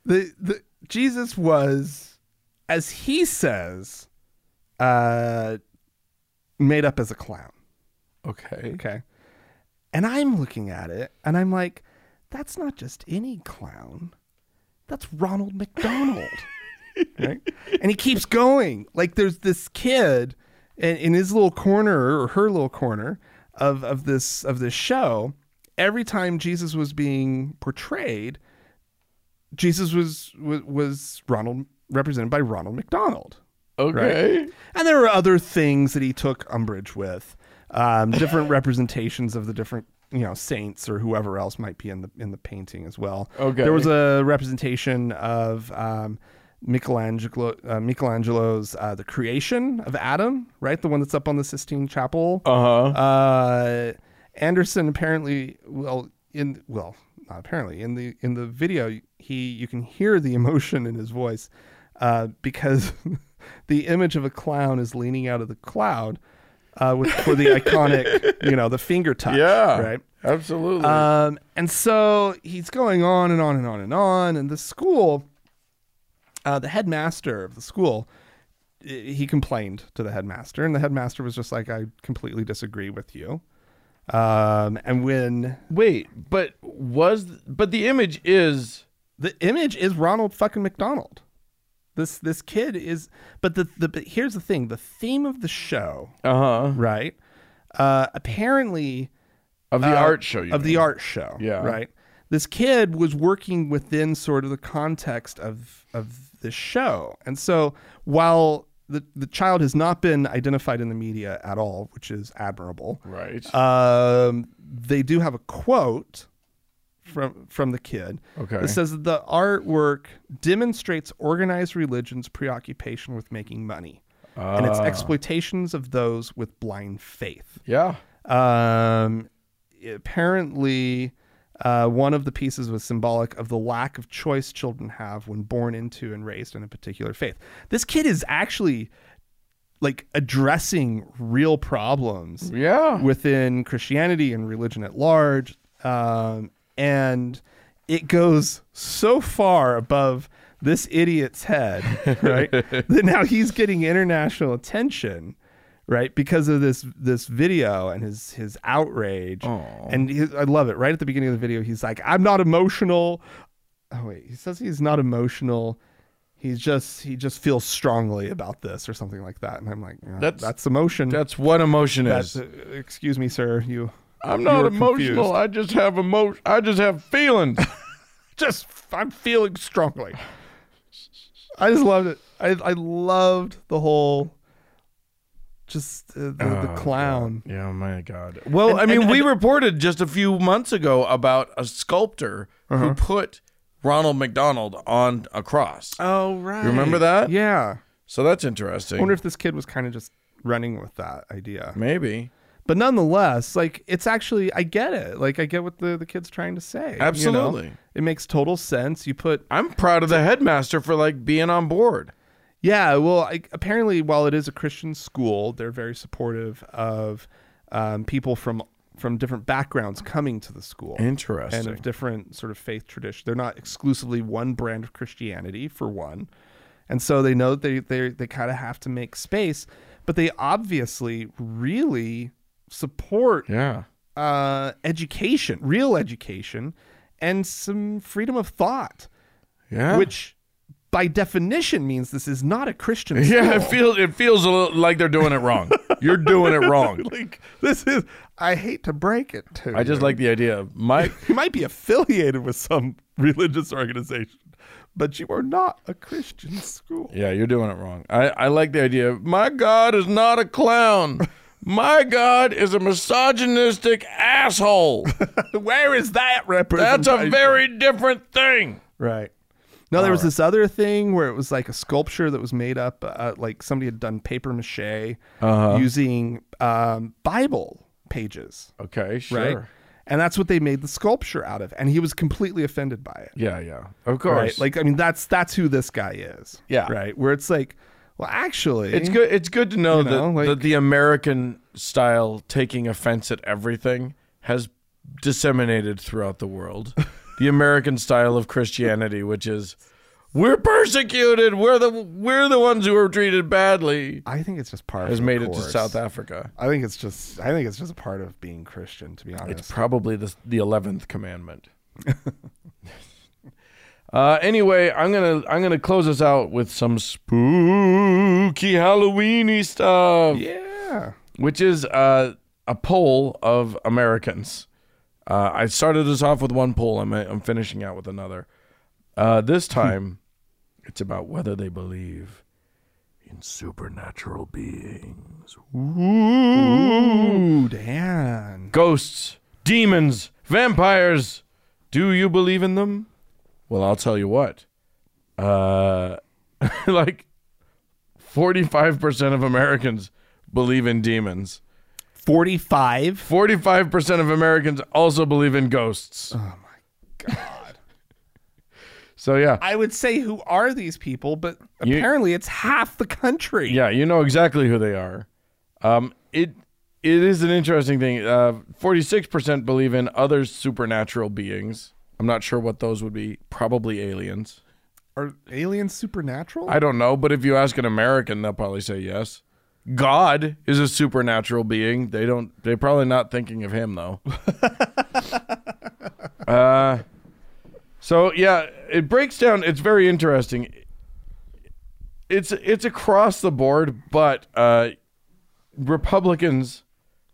S1: the the Jesus was, as he says, uh, made up as a clown.
S2: Okay.
S1: Okay. And I'm looking at it and I'm like, that's not just any clown. That's Ronald McDonald. right? And he keeps going. Like there's this kid in, in his little corner or her little corner of, of this of this show. Every time Jesus was being portrayed, Jesus was was, was Ronald represented by Ronald McDonald.
S2: Okay.
S1: And there were other things that he took umbrage with, um, different representations of the different you know saints or whoever else might be in the in the painting as well.
S2: Okay.
S1: there was a representation of um, Michelangelo uh, Michelangelo's uh, the creation of Adam, right, the one that's up on the Sistine Chapel.
S2: Uh huh.
S1: Uh, Anderson apparently, well, in well, not apparently in the in the video, he you can hear the emotion in his voice uh, because *laughs* the image of a clown is leaning out of the cloud uh, with for the iconic, you know, the finger touch,
S2: Yeah.
S1: right.
S2: Absolutely.
S1: Um, and so he's going on and on and on and on. And the school, uh, the headmaster of the school, i- he complained to the headmaster, and the headmaster was just like, "I completely disagree with you." Um, and when
S2: Wait, but was but the image is
S1: the image is Ronald fucking McDonald, this this kid is. But the the but here's the thing: the theme of the show,
S2: uh huh
S1: right? Uh, apparently,
S2: of the
S1: uh,
S2: art show you
S1: of the
S2: mean.
S1: art show.
S2: Yeah.
S1: Right. This kid was working within sort of the context of of the show, and so while the the child has not been identified in the media at all, which is admirable.
S2: right.
S1: Um, they do have a quote from from the kid.
S2: Okay.
S1: It says that the artwork demonstrates organized religion's preoccupation with making money and its
S2: Ah.
S1: exploitations of those with blind faith.
S2: yeah.
S1: Um, apparently, uh, one of the pieces was symbolic of the lack of choice children have when born into and raised in a particular faith. This kid is actually like addressing real problems
S2: Yeah.
S1: within Christianity and religion at large. Um, and it goes so far above this idiot's head, right? that now he's getting international attention, right? Because of this this video and his his outrage. And his, I love it. Right at the beginning of the video, he's like, "I'm not emotional." Oh wait, he says he's not emotional. He's just he just feels strongly about this or something like that. And I'm like, yeah,
S2: That's-
S1: that's emotion.
S2: That's what emotion
S1: That's-
S2: is.
S1: uh, excuse me, sir. You
S2: I'm
S1: you
S2: not
S1: were
S2: emotional.
S1: confused.
S2: I just have emo. I just
S1: *laughs*
S2: have feelings.
S1: just I'm feeling strongly. I just loved it. I I loved the whole just uh, the, the clown.
S2: yeah, my God. Well,
S1: And-
S2: I mean,
S1: and-
S2: we
S1: and-
S2: reported just a few months ago about a sculptor
S1: Uh-huh.
S2: who put Ronald McDonald on a cross.
S1: Oh right.
S2: You remember that?
S1: Yeah.
S2: So that's
S1: I
S2: interesting.
S1: wonder if this kid was kind of just running with that idea.
S2: Maybe.
S1: But nonetheless, like it's actually I get it. Like I get what the the kid's trying to say. you know?
S2: Absolutely.
S1: It makes total sense. You put
S2: I'm proud of the headmaster for like being on board.
S1: Yeah, well, I, apparently, while it is a Christian school, they're very supportive of um, people from from different backgrounds coming to the school and
S2: Interesting.
S1: of different sort of faith tradition. They're not exclusively one brand of Christianity, for one, and so they know they they they kind of have to make space, but they obviously really support
S2: yeah.
S1: uh, education, real education, and some freedom of thought
S2: Yeah.
S1: which by definition means this is not a Christian school.
S2: *laughs* *laughs* yeah, it feels it feels a little like they're doing
S1: *laughs*
S2: it wrong. You're doing it wrong.
S1: like this is I hate to break it to
S2: I just
S1: you.
S2: like the idea of Mike.
S1: you might be affiliated with some *laughs* religious organization, but you are not a Christian school.
S2: Yeah, you're doing it wrong. I, I like the idea of my God is not a clown. My God is a misogynistic *laughs* asshole.
S1: *laughs* Where is that representation?
S2: That's a very different thing.
S1: Right. No, there was this other thing where it was like a sculpture that was made up, uh, like somebody had done paper mache Uh-huh. using um, Bible pages,
S2: Okay, sure.
S1: right? And that's what they made the sculpture out of. And he was completely offended by it.
S2: Yeah, yeah. Of course.
S1: right? Like, I mean, that's that's who this guy is.
S2: Yeah.
S1: Right. Where it's like, well, actually,
S2: It's good. It's good to know, that,
S1: know, like-
S2: that the American style taking offense at everything has disseminated throughout the *laughs* world. the American style of Christianity, which is we're persecuted, we're the we're the ones who are treated badly,
S1: I think it's just part. of
S2: has
S1: the
S2: made it to
S1: course.
S2: South Africa.
S1: I think it's just. I think it's just part of being Christian, to be honest.
S2: It's probably the the eleventh commandment. *laughs* uh, anyway, I'm gonna I'm gonna close us out with some spooky Halloweeny stuff.
S1: yeah.
S2: which is uh, a poll of Americans. Uh, I started this off with one poll. I'm, I'm finishing out with another. Uh, this time, it's about whether they believe in supernatural beings,
S1: Ooh, Dan.
S2: ghosts, demons, vampires. Do you believe in them? Well, I'll tell you what. Uh, *laughs* like, 45% of Americans believe in demons.
S1: Forty-five.
S2: 45% of Americans also believe in ghosts.
S1: God.
S2: *laughs* So yeah.
S1: I would say who are these people, but
S2: You-
S1: apparently it's half the country.
S2: Yeah, you know exactly who they are. Um it it is an interesting thing. Uh 46% believe in other supernatural beings. I'm not sure what those would be. Probably aliens.
S1: Are aliens supernatural?
S2: I don't know, but if you ask an American, they'll probably say yes. God is a supernatural being. They don't they're probably not thinking of him though. *laughs* uh so yeah, it breaks down it's very interesting. It's it's across the board, but uh Republicans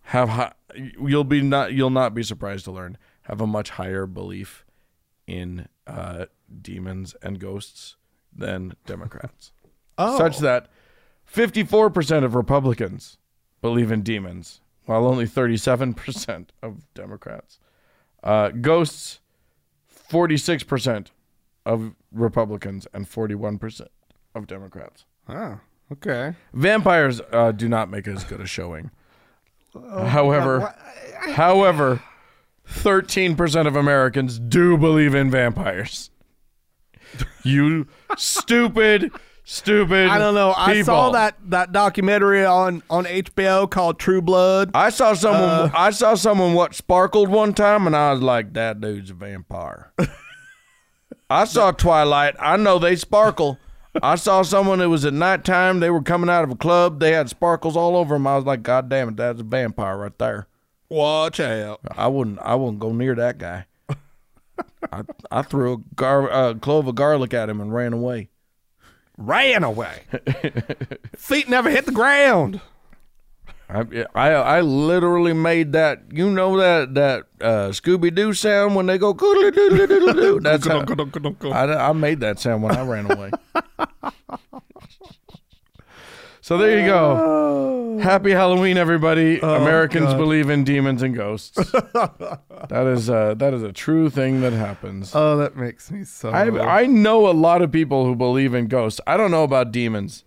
S2: have hi- you'll be not you'll not be surprised to learn have a much higher belief in uh, demons and ghosts than Democrats,
S1: oh,
S2: such that 54 percent of Republicans believe in demons, while only 37 percent of Democrats. Uh, ghosts, 46 percent of Republicans and 41 percent of Democrats.
S1: oh, okay.
S2: Vampires uh, do not make as good a showing. however, however, thirteen percent of Americans do believe in vampires. You stupid, stupid.
S1: I don't know. I saw
S2: people.
S1: that that documentary on on HBO called True Blood.
S2: I saw someone. I saw someone what sparkled one time, and I was like, "That dude's a vampire." I saw Twilight. I know they sparkle. I saw someone it was at nighttime. They were coming out of a club. They had sparkles all over them. I was like, God damn it, that's a vampire right there.
S1: Watch out.
S2: I wouldn't. I wouldn't go near that guy. I, I threw a gar, uh, clove of garlic at him and ran away.
S1: Ran away. Feet never hit the ground.
S2: I, I, I literally made that. You know that that uh, Scooby Doo sound when they go *laughs* doodly doodly doodly doo. That's how, I, I made that sound when I ran away. so there you go. Happy Halloween, everybody! Americans believe in demons and ghosts. that is uh, that is a true thing that happens.
S1: Oh, that makes me so.
S2: I I know a lot of people who believe in ghosts. I don't know about demons.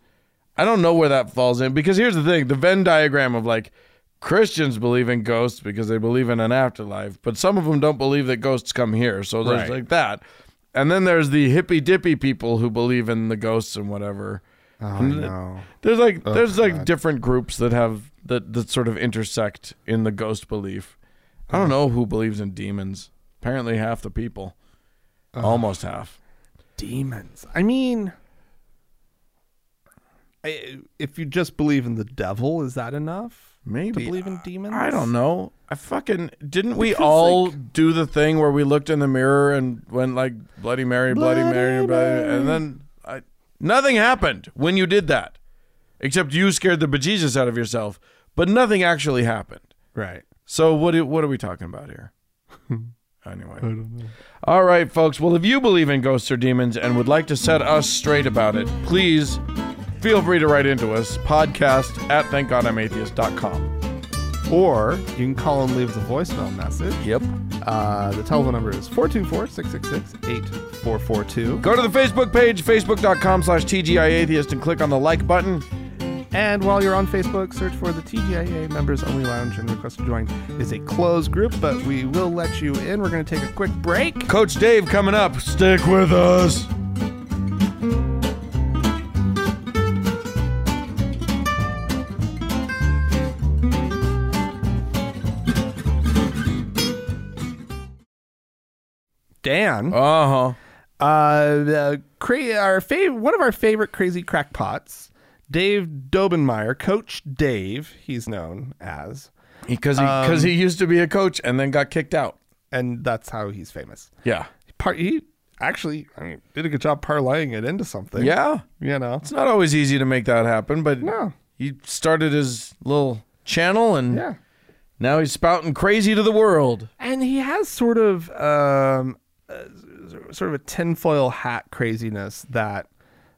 S2: I don't know where that falls in because here's the thing: the Venn diagram of like Christians believe in ghosts because they believe in an afterlife, but some of them don't believe that ghosts come here. So there's
S1: Right.
S2: like that, and then there's the hippy dippy people who believe in the ghosts and whatever.
S1: oh no.
S2: There's like there's like different groups that have that that sort of intersect in the ghost belief. I don't know who believes in demons. Apparently, half the people, almost half.
S1: demons. I mean, I, if you just believe in the devil, is that enough?
S2: Maybe.
S1: to believe in demons.
S2: I don't know. I fucking didn't we
S1: Because,
S2: all do the thing where we looked in the mirror and went like Bloody Mary, Bloody,
S1: Bloody
S2: Mary, Bloody,
S1: Mary.
S2: and then I, nothing happened when you did that, except you scared the bejesus out of yourself. But nothing actually happened.
S1: Right.
S2: So what? do- What are we talking about here? *laughs* anyway.
S1: don't know.
S2: All right, folks. Well, if you believe in ghosts or demons and would like to set us straight about it, please feel free to write into us podcast at thankgodimatheist.com.
S1: Or you can call and leave the voicemail message.
S2: Yep.
S1: Uh, the telephone number is 424-666-8442.
S2: Go to the Facebook page, facebook.com slash TGIAtheist, and click on the like button.
S1: And while you're on Facebook, search for the TGIA Members Only Lounge and request to join. It's a closed group, but we will let you in. We're going to take a quick break.
S2: Coach Dave coming up. Stick with us.
S1: Dan.
S2: Uh huh.
S1: Uh, the cra- our fav- one of our favorite crazy crackpots, Dave Dobenmeyer, Coach Dave, he's known as,
S2: Because he, 'cause he used to be a coach and then got kicked out.
S1: and that's how he's famous.
S2: Yeah.
S1: Par- he actually, I mean, did a good job parlaying it into something.
S2: Yeah.
S1: you know,
S2: It's not always easy to make that happen, but
S1: No.
S2: he started his little channel and
S1: yeah.
S2: now he's spouting crazy to the world.
S1: And he has sort of um, uh, sort of a tinfoil hat craziness that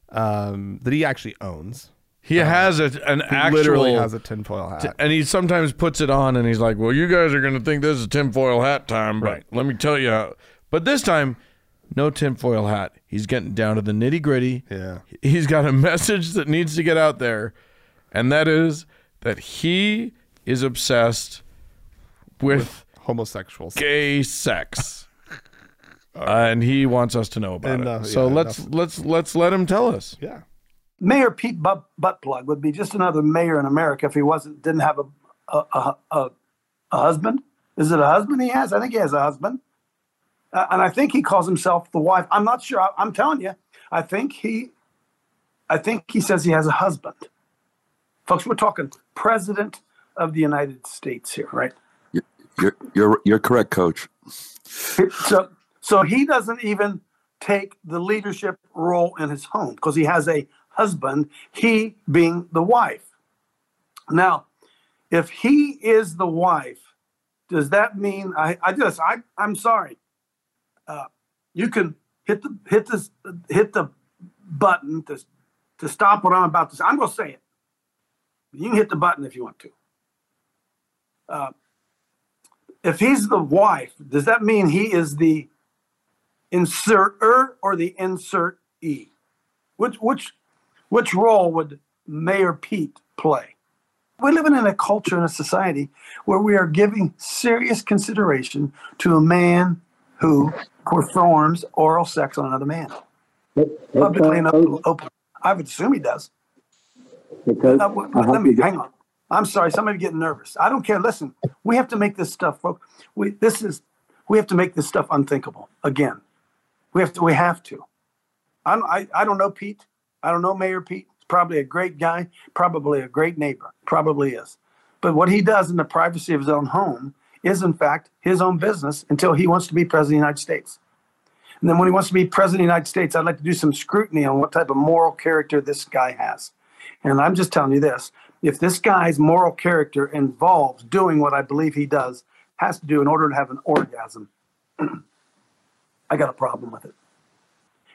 S1: um, that he actually owns.
S2: He has a, an
S1: He
S2: actual.
S1: literally has a tinfoil hat.
S2: and he sometimes puts it on and he's like, Well, you guys are going to think this is tinfoil hat time, but
S1: Right.
S2: let me tell you. How. But this time, no tinfoil hat. He's getting down to the nitty gritty.
S1: yeah,
S2: He's got a message that needs to get out there, and that is that he is obsessed with
S1: homosexuals.
S2: gay
S1: *laughs*
S2: sex. and he wants us to know about
S1: Enough,
S2: it. So
S1: yeah,
S2: let's let's let's let him tell us.
S1: yeah.
S3: Mayor Pete Butt, Buttplug would be just another mayor in America if he wasn't didn't have a a, a, a, a husband. Is it a husband he has? I think he has a husband, uh, and I think he calls himself the wife. I'm not sure. I, I'm telling you, I think he, I think he says he has a husband. Folks, we're talking president of the United States here, right?
S4: You're you're you're correct, Coach.
S3: So, so he doesn't even take the leadership role in his home because he has a husband, he being the wife. Now, if he is the wife, does that mean I, I just I I'm sorry. Uh, you can hit the hit this hit the button to to stop what I'm about to say. I'm gonna say it. You can hit the button if you want to. Uh, if he's the wife, does that mean he is the inserter or the insertee? Which which which role would Mayor Pete play? We're living in a culture and a society where we are giving serious consideration to a man who performs oral sex on another man. Publicly and open- open. I would assume he does.
S5: Because
S3: Uh, w- w- let me hang on. I'm sorry, somebody getting nervous. I don't care. Listen, we have to make this stuff, folks. We this is we have to make this stuff unthinkable again. We have to. We have to. I don't, I, I don't know Pete. I don't know Mayor Pete. He's probably a great guy. Probably a great neighbor. Probably is. But what he does in the privacy of his own home is, in fact, his own business until he wants to be president of the United States. And then when he wants to be president of the United States, I'd like to do some scrutiny on what type of moral character this guy has. And I'm just telling you this if this guy's moral character involves doing what I believe he does, has to do in order to have an orgasm, *clears throat* I got a problem with it.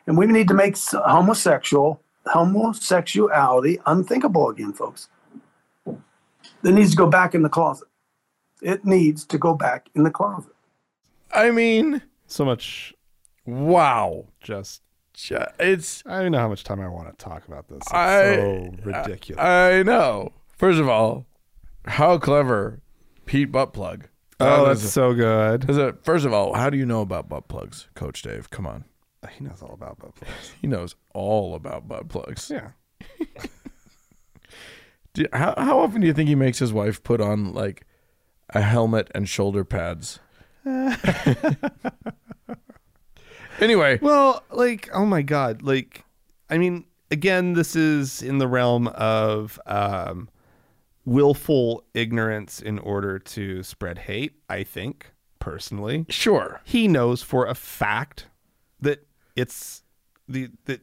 S3: And we need to make s- homosexual homosexuality unthinkable again, folks. It needs to go back in the closet. It needs to go back in the closet.
S2: I mean,
S1: So much
S2: wow.
S1: just
S2: Ju- It's
S1: I don't know how much time I want to talk about this. It's
S2: I-
S1: so ridiculous.
S2: I know. First of all, how clever Pete butt plug.
S1: oh,
S2: That
S1: that's
S2: is-
S1: so good.
S2: is a- first of all, how do you know about butt plugs, Coach Dave? Come on.
S1: He knows all about butt plugs.
S2: He knows all about butt plugs.
S1: Yeah.
S2: Do- how, how often do you think he makes his wife put on like a helmet and
S1: *laughs*
S2: shoulder pads? anyway,
S1: Well, like, oh my god, like, I mean, again, this is in the realm of um, willful ignorance in order to spread hate. I think personally,
S2: sure.
S1: he knows for a fact that it's the that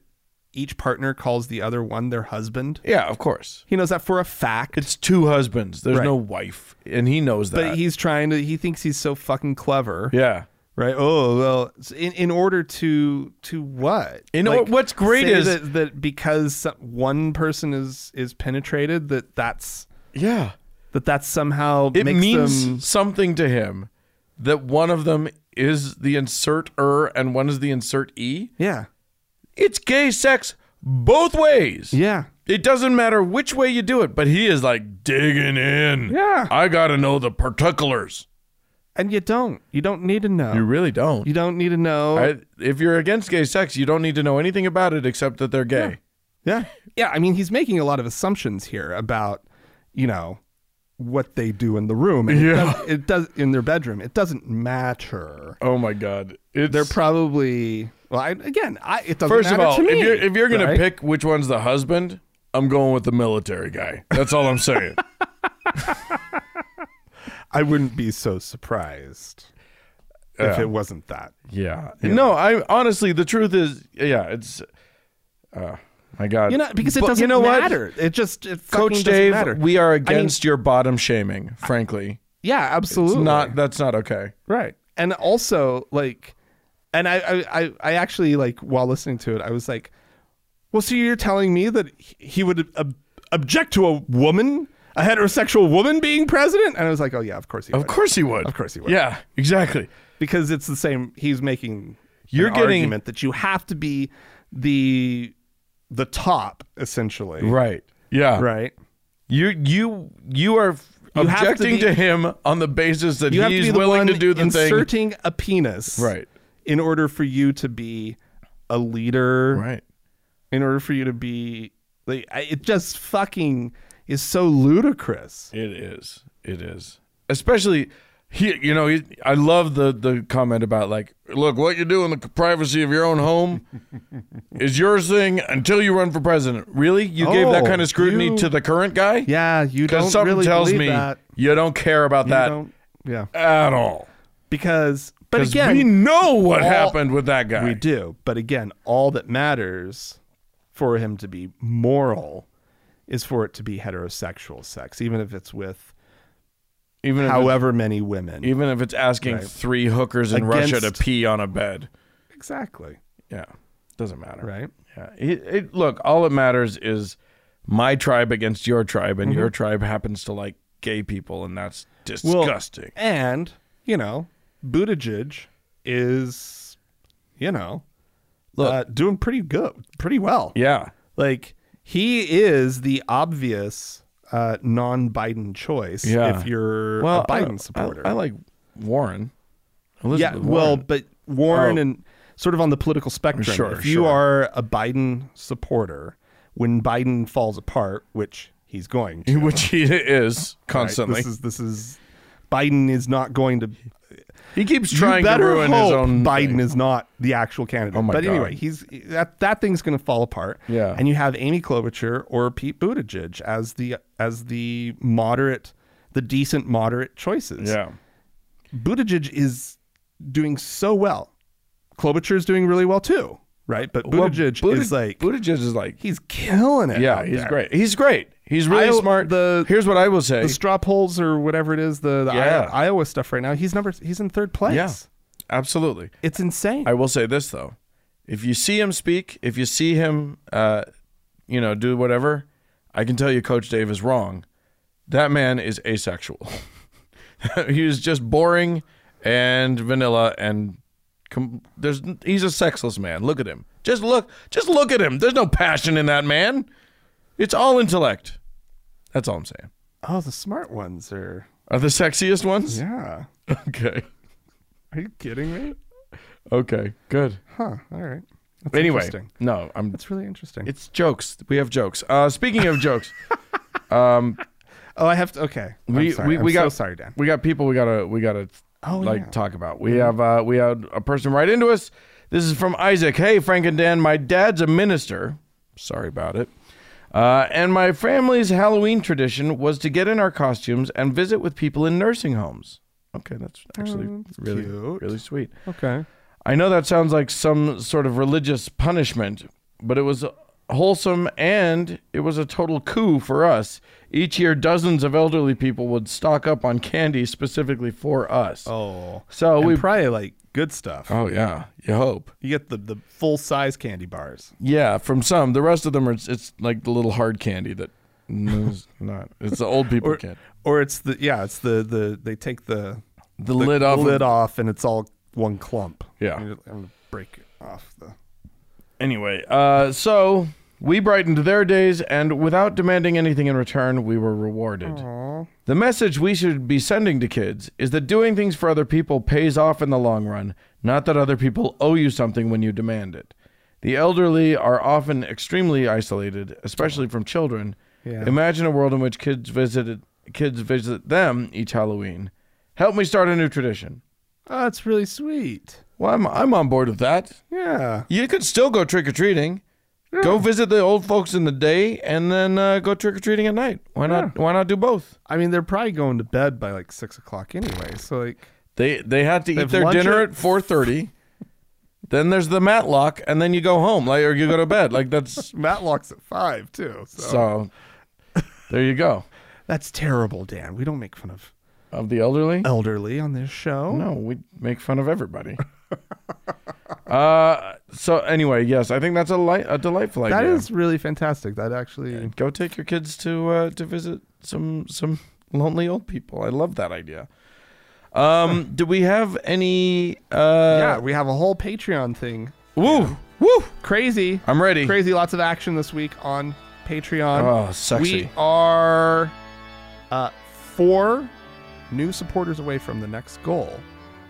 S1: each partner calls the other one their husband.
S2: Yeah, of course.
S1: He knows that for a fact.
S2: It's two husbands. There's
S1: Right.
S2: no wife, and he knows that.
S1: but he's trying to. He thinks he's so fucking clever,
S2: yeah.
S1: right? Oh well, s- in in order to to what?
S2: In or- what's great
S1: say
S2: is-
S1: that, that because some- one person is is penetrated, that that's
S2: Yeah.
S1: that that's somehow
S2: It
S1: makes
S2: means
S1: them.
S2: something to him that one of them is the insert er and one is the insert e.
S1: Yeah,
S2: It's gay sex both ways.
S1: yeah,
S2: It doesn't matter which way you do it, but he is like digging in.
S1: Yeah.
S2: I got to know the particulars.
S1: and you don't. You don't need to know.
S2: You
S1: Oh. You,
S2: really don't.
S1: don't need to know.
S2: I, if you're against gay sex, you don't need to know anything about it except that they're gay.
S1: Yeah, yeah. I mean, he's making a lot of assumptions here about, you know. What they do in the room, and it,
S2: Yeah.
S1: does, it does in their bedroom. It doesn't matter.
S2: Oh my god. It's
S1: They're probably well. I, again, I, it doesn't
S2: First of
S1: matter
S2: all,
S1: to me,
S2: if you're if you're gonna
S1: right?
S2: pick which one's the husband, I'm going with the military guy. That's all I'm saying.
S1: I wouldn't be so surprised if it wasn't that.
S2: yeah. No, I honestly the truth is yeah, it's uh my god.
S1: You know, because it
S2: But
S1: doesn't
S2: you know what?
S1: matter. It just it fucking
S2: Coach
S1: doesn't
S2: Dave,
S1: matter.
S2: we are against your bottom shaming, frankly.
S1: yeah, absolutely
S2: It's not that's not okay.
S1: right. And also, like, and I, I, I, I actually like while listening to it, I was like, well, so you're telling me that he- he would ob- object to a woman, a heterosexual woman being president? And I was like, oh yeah, of course he
S2: Of
S1: would,
S2: course he would.
S1: Of course he would.
S2: Yeah, exactly.
S1: because it's the same. He's making
S2: You're
S1: an
S2: getting-
S1: argument that you have to be the the top essentially,
S2: Right. Yeah.
S1: Right.
S2: You you you are f-
S1: You have to
S2: objecting
S1: be-
S2: to, him on the basis that
S1: You have to
S2: he's
S1: be the
S2: willing
S1: one
S2: to do the thing.
S1: inserting a penis,
S2: Right.
S1: in order for you to be a leader,
S2: Right.
S1: in order for you to be like I- it just fucking is so ludicrous.
S2: It is. It is. Especially he you know, he, I love the the comment about like, look, what you do in the privacy of your
S1: *laughs*
S2: own home is your thing until you run for president. Really? You gave that
S1: Oh,
S2: kind of scrutiny
S1: you-
S2: to the current guy?
S1: Yeah, you don't
S2: Because something
S1: really
S2: tells
S1: believe
S2: me
S1: that.
S2: you don't care about
S1: You
S2: that
S1: don't- yeah,
S2: at all.
S1: because but
S2: 'Cause
S1: again,
S2: we know what
S1: all-
S2: happened with that guy.
S1: We do. But again, all that matters for him to be moral is for it to be heterosexual sex, even if it's with
S2: Even if it's-
S1: however many women.
S2: even if it's asking three hookers in
S1: Against-
S2: Russia to pee on a bed.
S1: exactly.
S2: Yeah, doesn't matter.
S1: Right?
S2: Yeah. It, it, look, all that matters is my tribe against your tribe, and
S1: Mm-hmm.
S2: your tribe happens to like gay people, and that's disgusting.
S1: And, you know, Buttigieg is, you know, uh, doing pretty good, pretty well.
S2: yeah.
S1: Like, he is the obvious uh, non Biden choice
S2: Yeah.
S1: if you're
S2: Well,
S1: a
S2: I-
S1: Biden supporter.
S2: I, I like Warren.
S1: yeah,
S2: Elizabeth
S1: well,
S2: Warren.
S1: but Warren
S2: Oh.
S1: and sort of on the political spectrum.
S2: Sure,
S1: if you
S2: sure.
S1: are a Biden supporter, when Biden falls apart, which he's going to,
S2: *laughs* which he is
S1: right?
S2: constantly.
S1: This is this is Biden is not going to
S2: He keeps
S1: You
S2: trying to
S1: better
S2: ruin his
S1: hope
S2: own.
S1: Biden
S2: thing.
S1: is not the actual candidate.
S2: Oh my
S1: but
S2: God.
S1: anyway, he's that that thing's going to fall apart.
S2: Yeah.
S1: and you have Amy Klobuchar or Pete Buttigieg as the as the moderate, the decent moderate choices.
S2: Yeah.
S1: Buttigieg is doing so well. Klobuchar is doing really well too, right? But Buttigieg
S2: Well,
S1: is like
S2: Buttigieg is like
S1: he's killing it.
S2: yeah,
S1: out
S2: he's
S1: there.
S2: great. He's great. He's really
S1: Iowa-
S2: smart.
S1: the-
S2: Here's what I will say.
S1: The straw polls or whatever it is, the, the
S2: Yeah.
S1: I- Iowa stuff right now. He's number he's in third place.
S2: yeah. Absolutely.
S1: It's insane.
S2: I will say this though: if you see him speak, if you see him, uh, you know, do whatever, I can tell you, Coach Dave is wrong. That man is asexual. *laughs* he is just boring and vanilla, and com- there's he's a sexless man. Look at him. Just look. Just look at him. There's no passion in that man. It's all intellect. That's all I'm saying.
S1: oh, the smart ones are
S2: Are the sexiest ones?
S1: Yeah.
S2: *laughs* Okay.
S1: Are you kidding me?
S2: Okay. Good.
S1: Huh. All right. That's
S2: anyway,
S1: interesting.
S2: no, I'm
S1: That's really interesting.
S2: It's jokes. We have jokes. Uh, speaking of jokes,
S1: oh, I have to. Okay. *laughs* I'm
S2: we
S1: sorry.
S2: we,
S1: I'm
S2: we
S1: so
S2: got
S1: sorry, Dan.
S2: We got people. We gotta we gotta
S1: Oh,
S2: like
S1: yeah.
S2: talk about. We have uh, we had a person right into us. This is from Isaac. Hey, Frank and Dan, my dad's a minister. Sorry about it. Uh, and my family's Halloween tradition was to get in our costumes and visit with people in nursing homes. Okay, that's actually really
S1: Oh, cute.
S2: really sweet.
S1: Okay.
S2: I know that sounds like some sort of religious punishment, but it was wholesome and it was a total coup for us. Each year, dozens of elderly people would stock up on candy specifically for us.
S1: Oh.
S2: so
S1: And
S2: we.
S1: probably like good stuff.
S2: oh, yeah. You hope.
S1: You get the the full size candy bars.
S2: Yeah, from some. The rest of them are, it's, it's like the little hard candy that. No, it's not. It's the old people candy.
S1: Or it's the yeah, it's the the they take the
S2: The, lid off.
S1: lid off and it's all one clump.
S2: Yeah.
S1: I'm gonna break off the
S2: Anyway, uh, so we brightened their days, and without demanding anything in return, we were rewarded. The message we should be sending to kids is that doing things for other people pays off in the long run, not that other people owe you something when you demand it. The elderly are often extremely isolated, especially from children.
S1: Yeah.
S2: Imagine a world in which kids visited kids visit them each Halloween. Help me start a new tradition.
S1: Oh, that's really sweet.
S2: Well, I'm I'm on board with that.
S1: Yeah.
S2: You could still go trick or treating. Go visit the old folks in the day, and then uh, go trick or treating at night. Why not? Why not do both?
S1: I mean they're probably going to bed by like six o'clock anyway. So like
S2: They they had to eat
S1: have
S2: their
S1: lunch
S2: dinner
S1: at-
S2: at four
S1: *laughs*
S2: thirty. then there's the matlock, and then you go home, like or you go to bed. Like
S1: *laughs*
S2: that's
S1: Matlock's at five too. So.
S2: so. There you go.
S1: that's terrible, Dan. We don't make fun of
S2: Of the elderly.
S1: elderly on this show.
S2: No, we make fun of
S1: *laughs*
S2: everybody. uh, so anyway, yes, I think that's a light, a delightful
S1: That is
S2: idea.
S1: really fantastic. That actually
S2: Go take your kids to uh, to visit some some lonely old people. I love that idea. Um, do we have any?
S1: Yeah,
S2: Uh,
S1: we have a whole Patreon thing.
S2: Woo, woo!
S1: Crazy.
S2: I'm ready.
S1: Crazy lots of action this week on Patreon.
S2: Oh, sexy.
S1: We are uh, four new supporters away from the next goal,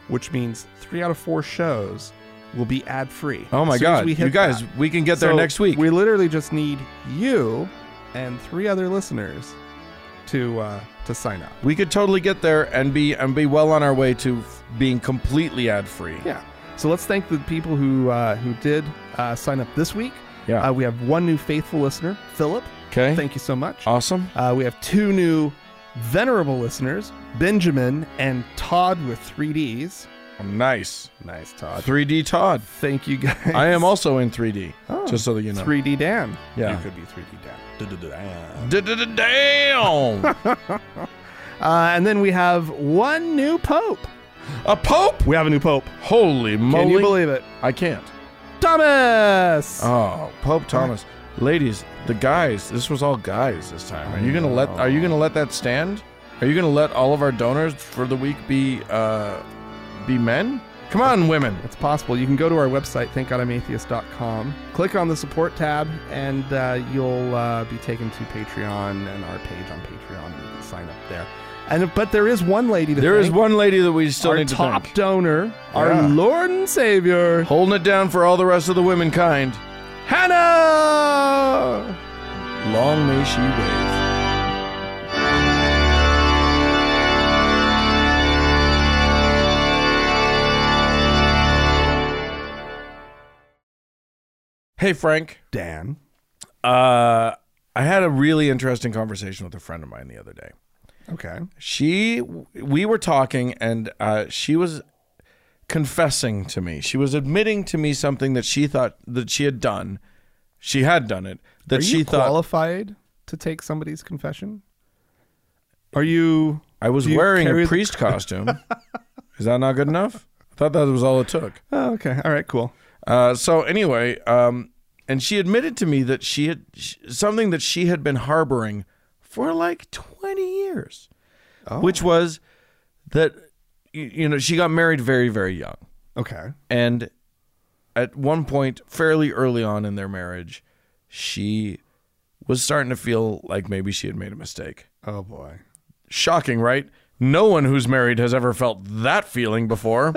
S1: which means three out of four shows will be ad free.
S2: oh my god, you guys, we can get there next week.
S1: We literally just need you and three other listeners to uh, to sign up.
S2: we could totally get there and be and be well on our way to f- being completely ad free.
S1: Yeah. So let's thank the people who uh, who did uh, sign up this week.
S2: Yeah.
S1: Uh, we have one new faithful listener, Philip.
S2: Okay.
S1: Thank you so much.
S2: awesome.
S1: Uh, we have two new venerable listeners, Benjamin and Todd with three Ds.
S2: Nice.
S1: Nice, Todd.
S2: 3D Todd.
S1: Thank you guys.
S2: I am also in 3D.
S1: Oh,
S2: just so that you know.
S1: 3D Dan.
S2: Yeah.
S1: You could be 3D Dan. *laughs*
S2: Damn.
S1: Uh, and then we have one new Pope.
S2: a pope?
S1: We have a new Pope.
S2: Holy moly!
S1: Can you believe it?
S2: I can't.
S1: Thomas!
S2: Oh, Pope Thomas. Ladies, the guys, this was all guys this time. Are you gonna let are you gonna let that stand? Are you gonna let all of our donors for the week be uh be men? Come on, women.
S1: It's possible. You can go to our website, thankgodimatheist.com, click on the support tab, and uh, you'll uh, be taken to Patreon and our page on Patreon. You can sign up there. And but there is one lady. To
S2: There is
S1: thank.
S2: one lady that we still
S1: our
S2: need to
S1: top
S2: thank.
S1: donor, our
S2: Yeah.
S1: Lord and Savior,
S2: Holding it down for all the rest of the womenkind.
S1: Hannah.
S2: Long may she wave.
S5: Thank
S2: Hey, Frank.
S1: Dan.
S2: Uh, I had a really interesting conversation with a friend of mine the other day.
S1: Okay.
S2: She, we were talking, and uh, she was confessing to me. She was admitting to me something that she thought that she had done. She had done it. That
S1: Are
S2: she
S1: you
S2: thought
S1: qualified to take somebody's confession? Are you?
S2: I was
S1: do you
S2: wearing
S1: carry
S2: a
S1: the-
S2: priest costume.
S1: *laughs*
S2: Is that not good enough? I thought that was all it took.
S1: Oh, okay. All right. Cool.
S2: Uh, so anyway, um, and she admitted to me that she had sh- something that she had been harboring for like 20 years,
S1: Oh.
S2: which was that you, you know she got married very very young,
S1: Okay.
S2: and at one point, fairly early on in their marriage, she was starting to feel like maybe she had made a mistake.
S1: Oh boy.
S2: Shocking, right? No one who's married has ever felt that
S1: *laughs*
S2: feeling before.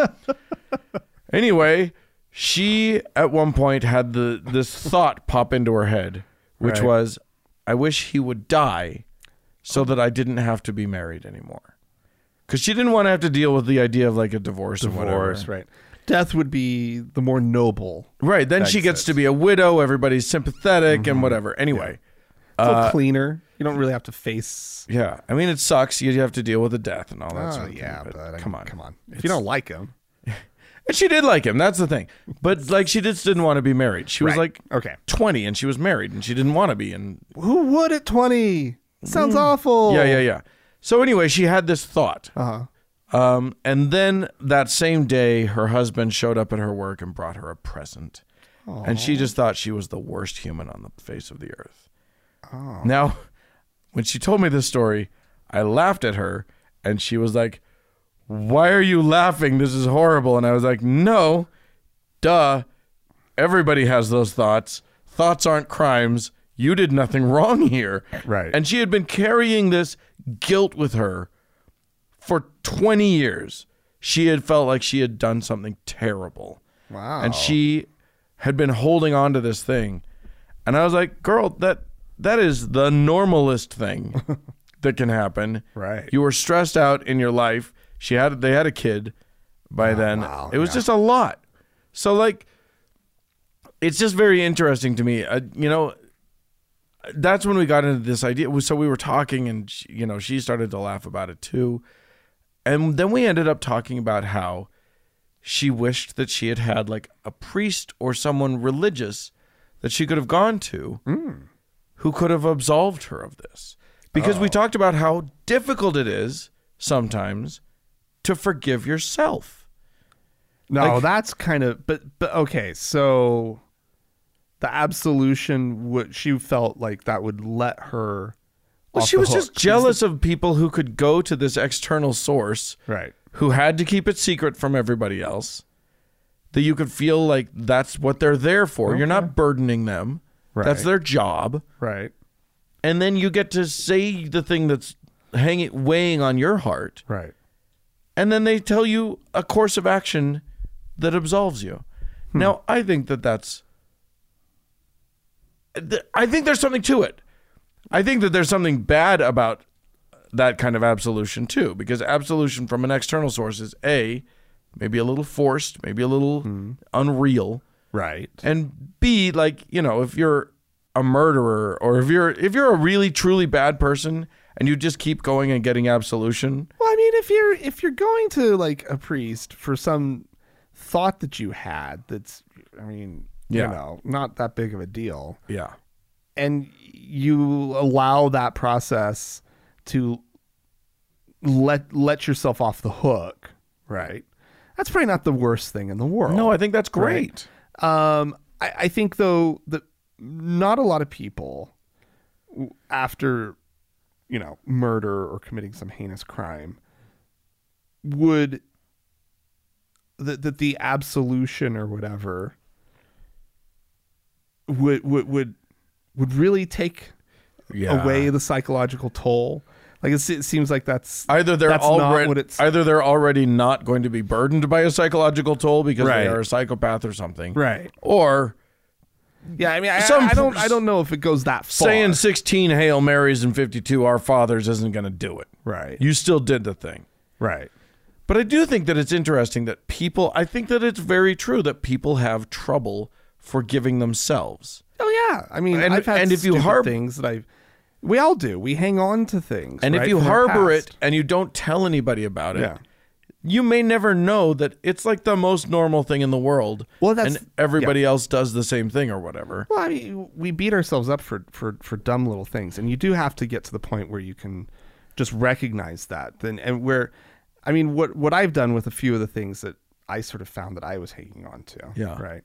S2: anyway, she at one point had the this thought pop into her head, which
S1: Right.
S2: was, I wish he would die so that I didn't have to be married anymore. Cuz she didn't want to have to deal with the idea of like a divorce, and whatever.
S1: Divorce. Right. Death would be the more noble,
S2: Right, then she gets to be a widow, everybody's sympathetic
S1: Mm-hmm.
S2: and whatever. Anyway,
S1: it's a little cleaner. You don't really have to face.
S2: yeah. I mean it sucks you have to deal with the death and all that sort
S1: Oh
S2: of thing,
S1: yeah,
S2: but
S1: but I-
S2: come on.
S1: come on. If you don't like him,
S2: And she did like him. That's the thing. But like, she just didn't want to be married. She was
S1: Right.
S2: like,
S1: Okay.
S2: twenty, and she was married, and she didn't want to be. And
S1: who would at twenty? Sounds awful.
S2: yeah, yeah, yeah. So anyway, she had this thought.
S1: Oh. Uh-huh.
S2: Um, and then that same day, her husband showed up at her work and brought her a present, and she just thought she was the worst human on the face of the earth. Now, when she told me this story, I laughed at her, and she was like, "Why are you laughing? This is horrible." And I was like, "No, duh. Everybody has those thoughts. Thoughts aren't crimes. You did nothing *laughs* wrong here."
S1: Right.
S2: And she had been carrying this guilt with her for 20 years. She had felt like she had done something terrible.
S1: Wow.
S2: And she had been holding on to this thing. And I was like, "Girl, that that is the normalest thing
S1: *laughs*
S2: that can happen."
S1: Right.
S2: You were stressed out in your life. She had they had a kid by
S1: Oh,
S2: then. it was just a lot. So like it's just very interesting to me. Uh, you know, that's when we got into this idea. So we were talking, and she, you know, she started to laugh about it too, and then we ended up talking about how she wished that she had had like a priest or someone religious that she could have gone to, who could have absolved her of this, because we talked about how difficult it is sometimes to forgive yourself.
S1: No,
S2: Like-
S1: that's kind of but but okay, so the absolution would she felt like that would let her
S2: Well,
S1: off
S2: she
S1: the
S2: was
S1: hook.
S2: just jealous of people who could go to this external source
S1: right.
S2: who had to keep it secret from everybody else that you could feel like that's what they're there for you're not burdening them that's
S1: Right.
S2: their job
S1: Right.
S2: and then you get to say the thing that's hanging weighing on your heart
S1: Right.
S2: and then they tell you a course of action that absolves you now i think that that's th- i think there's something to it i think that there's something bad about that kind of absolution too, because absolution from an external source is a maybe a little forced, maybe a little unreal,
S1: Right.
S2: and b like you know if you're a murderer or if you're if you're a really truly bad person and you just keep going and getting absolution,
S1: Well, I mean, if you're if you're going to like a priest for some thought that you had that's I mean, you
S2: Yeah.
S1: know, not that big of a deal.
S2: yeah,
S1: and you allow that process to let let yourself off the hook, right? That's probably not the worst thing in the world.
S2: no, I think that's great.
S1: Um, I, I think though that not a lot of people w- after you know murder or committing some heinous crime would that that the absolution or whatever would would would would really take
S2: Yeah.
S1: away the psychological toll. Like it, se- it seems like that's
S2: Either they're
S1: That's not
S2: already
S1: what it's-
S2: either they're already not going to be burdened by a psychological toll because
S1: Right.
S2: they are a psychopath or something,
S1: right.
S2: or
S1: Yeah, I mean, I,
S2: Some-
S1: I don't I don't know if it goes that far.
S2: saying 16 Hail Marys and 52 Our Fathers isn't going to do it.
S1: right,
S2: You still did the thing.
S1: right.
S2: But I do think that it's interesting that people, I think that it's very true that people have trouble forgiving themselves.
S1: Oh yeah, I mean,
S2: And-
S1: I've had
S2: and if you
S1: stupid
S2: harb-
S1: things that I, we all do. We hang on to things,
S2: And
S1: right,
S2: if you
S1: from our
S2: harbor
S1: past.
S2: it and you don't tell anybody about it,
S1: Yeah.
S2: you may never know that it's like the most normal thing in the world.
S1: Well, that's-
S2: and everybody else does the same thing or whatever.
S1: Well, I mean, we beat ourselves up for, for, for dumb little things, and you do have to get to the point where you can just recognize that. Then, and where, I mean, what what I've done with a few of the things that I sort of found that I was hanging on to,
S2: Yeah.
S1: right,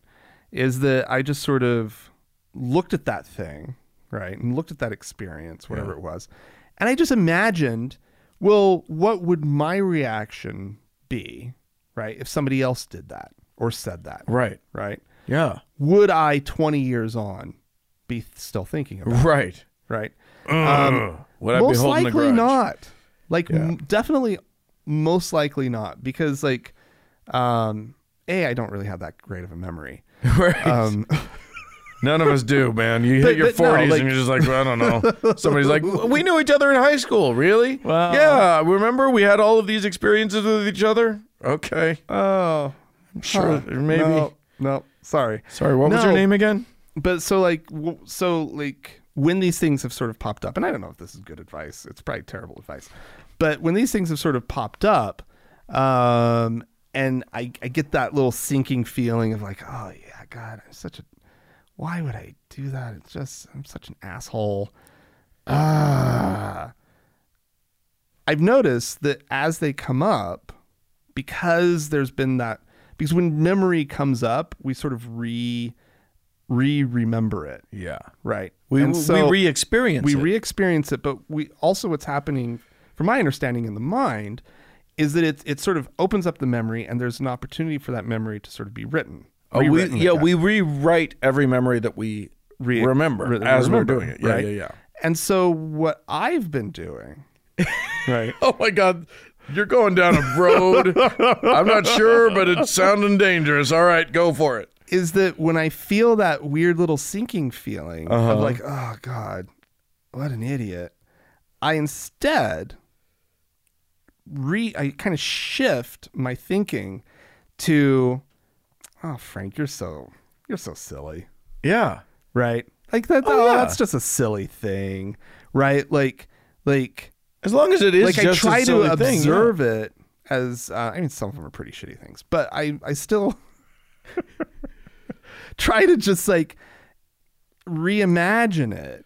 S1: is that I just sort of looked at that thing, right, and looked at that experience, whatever it was, and I just imagined, well, what would my reaction be, right, if somebody else did that or said that,
S2: Right.
S1: right?
S2: Yeah.
S1: would I 20 years on be th- still thinking about?
S2: Right. Um,
S1: Right.
S2: Would I be
S1: most
S2: holding a
S1: likely
S2: grudge?
S1: not. Like m- definitely, most likely not because like, um, a I don't really have that great of a memory.
S2: *laughs* Right.
S1: Um, *laughs*
S2: None of us do, man. You hit
S1: But-
S2: your
S1: but no,
S2: 40s
S1: like-
S2: and you're just like, well, I don't *laughs* know. Somebody's like, we knew each other in high school, really?
S1: Well-
S2: yeah, remember we had all of these experiences with each other? Okay.
S1: oh,
S2: I'm sure maybe.
S1: no, no, sorry.
S2: Sorry, what was
S1: No.
S2: your name again?
S1: But so like, w- so like when these things have sort of popped up, and I don't know if this is good advice. It's probably terrible advice. But when these things have sort of popped up, um, and I, I get that little sinking feeling of like, oh yeah, God, I'm such a, why would I do that? It's just I'm such an asshole. Ah. I've noticed that as they come up, because there's been that because when memory comes up, we sort of re re remember it,
S2: Yeah.
S1: right?
S2: We,
S1: And so
S2: we re-experience
S1: we
S2: it.
S1: re experience it, but we also what's happening, from my understanding in the mind, is that it it sort of opens up the memory and there's an opportunity for that memory to sort of be written.
S2: Oh, we,
S1: rewritten, I
S2: yeah,
S1: guess.
S2: we rewrite every memory that we
S1: Re-
S2: remember
S1: re-
S2: as
S1: remember,
S2: we're doing it. Yeah,
S1: right?
S2: yeah, yeah.
S1: And so what I've been
S2: *laughs*
S1: doing, right?
S2: Oh my God, you're going down a *laughs* road. I'm not sure, but it's sounding dangerous. All right, go for it.
S1: is that when I feel that weird little sinking feeling of like, oh God, what an idiot, I instead re I kind of shift my thinking to oh Frank, you're so you're so silly.
S2: Yeah.
S1: Right? Like that oh,
S2: yeah.
S1: that's just a silly thing. Right? Like like
S2: As long as it is
S1: like I
S2: just a
S1: try to
S2: silly thing, yeah.
S1: observe it as uh, I mean some of them are pretty shitty things, but I I still *laughs* try to just like reimagine it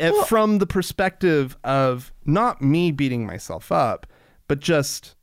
S1: at- from the perspective of not me beating myself up, but just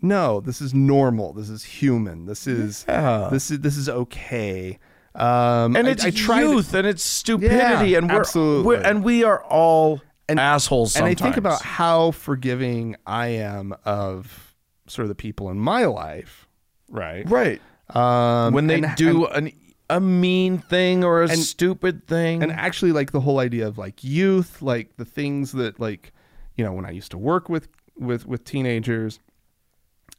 S1: no, this is normal. This is human. This is
S2: Yeah.
S1: this is this is okay. Um,
S2: and
S1: I-
S2: it's
S1: I try to-
S2: youth and it's stupidity
S1: Yeah,
S2: and we're,
S1: absolutely.
S2: we're- and we are all
S1: And-
S2: assholes
S1: and I
S2: sometimes.
S1: think about how forgiving I am of sort of the people in my life, right?
S2: right
S1: Um,
S2: when they
S1: and-
S2: do an a mean thing or a
S1: and-
S2: stupid thing
S1: and actually like the whole idea of like youth like the things that like you know when i used to work with with with teenagers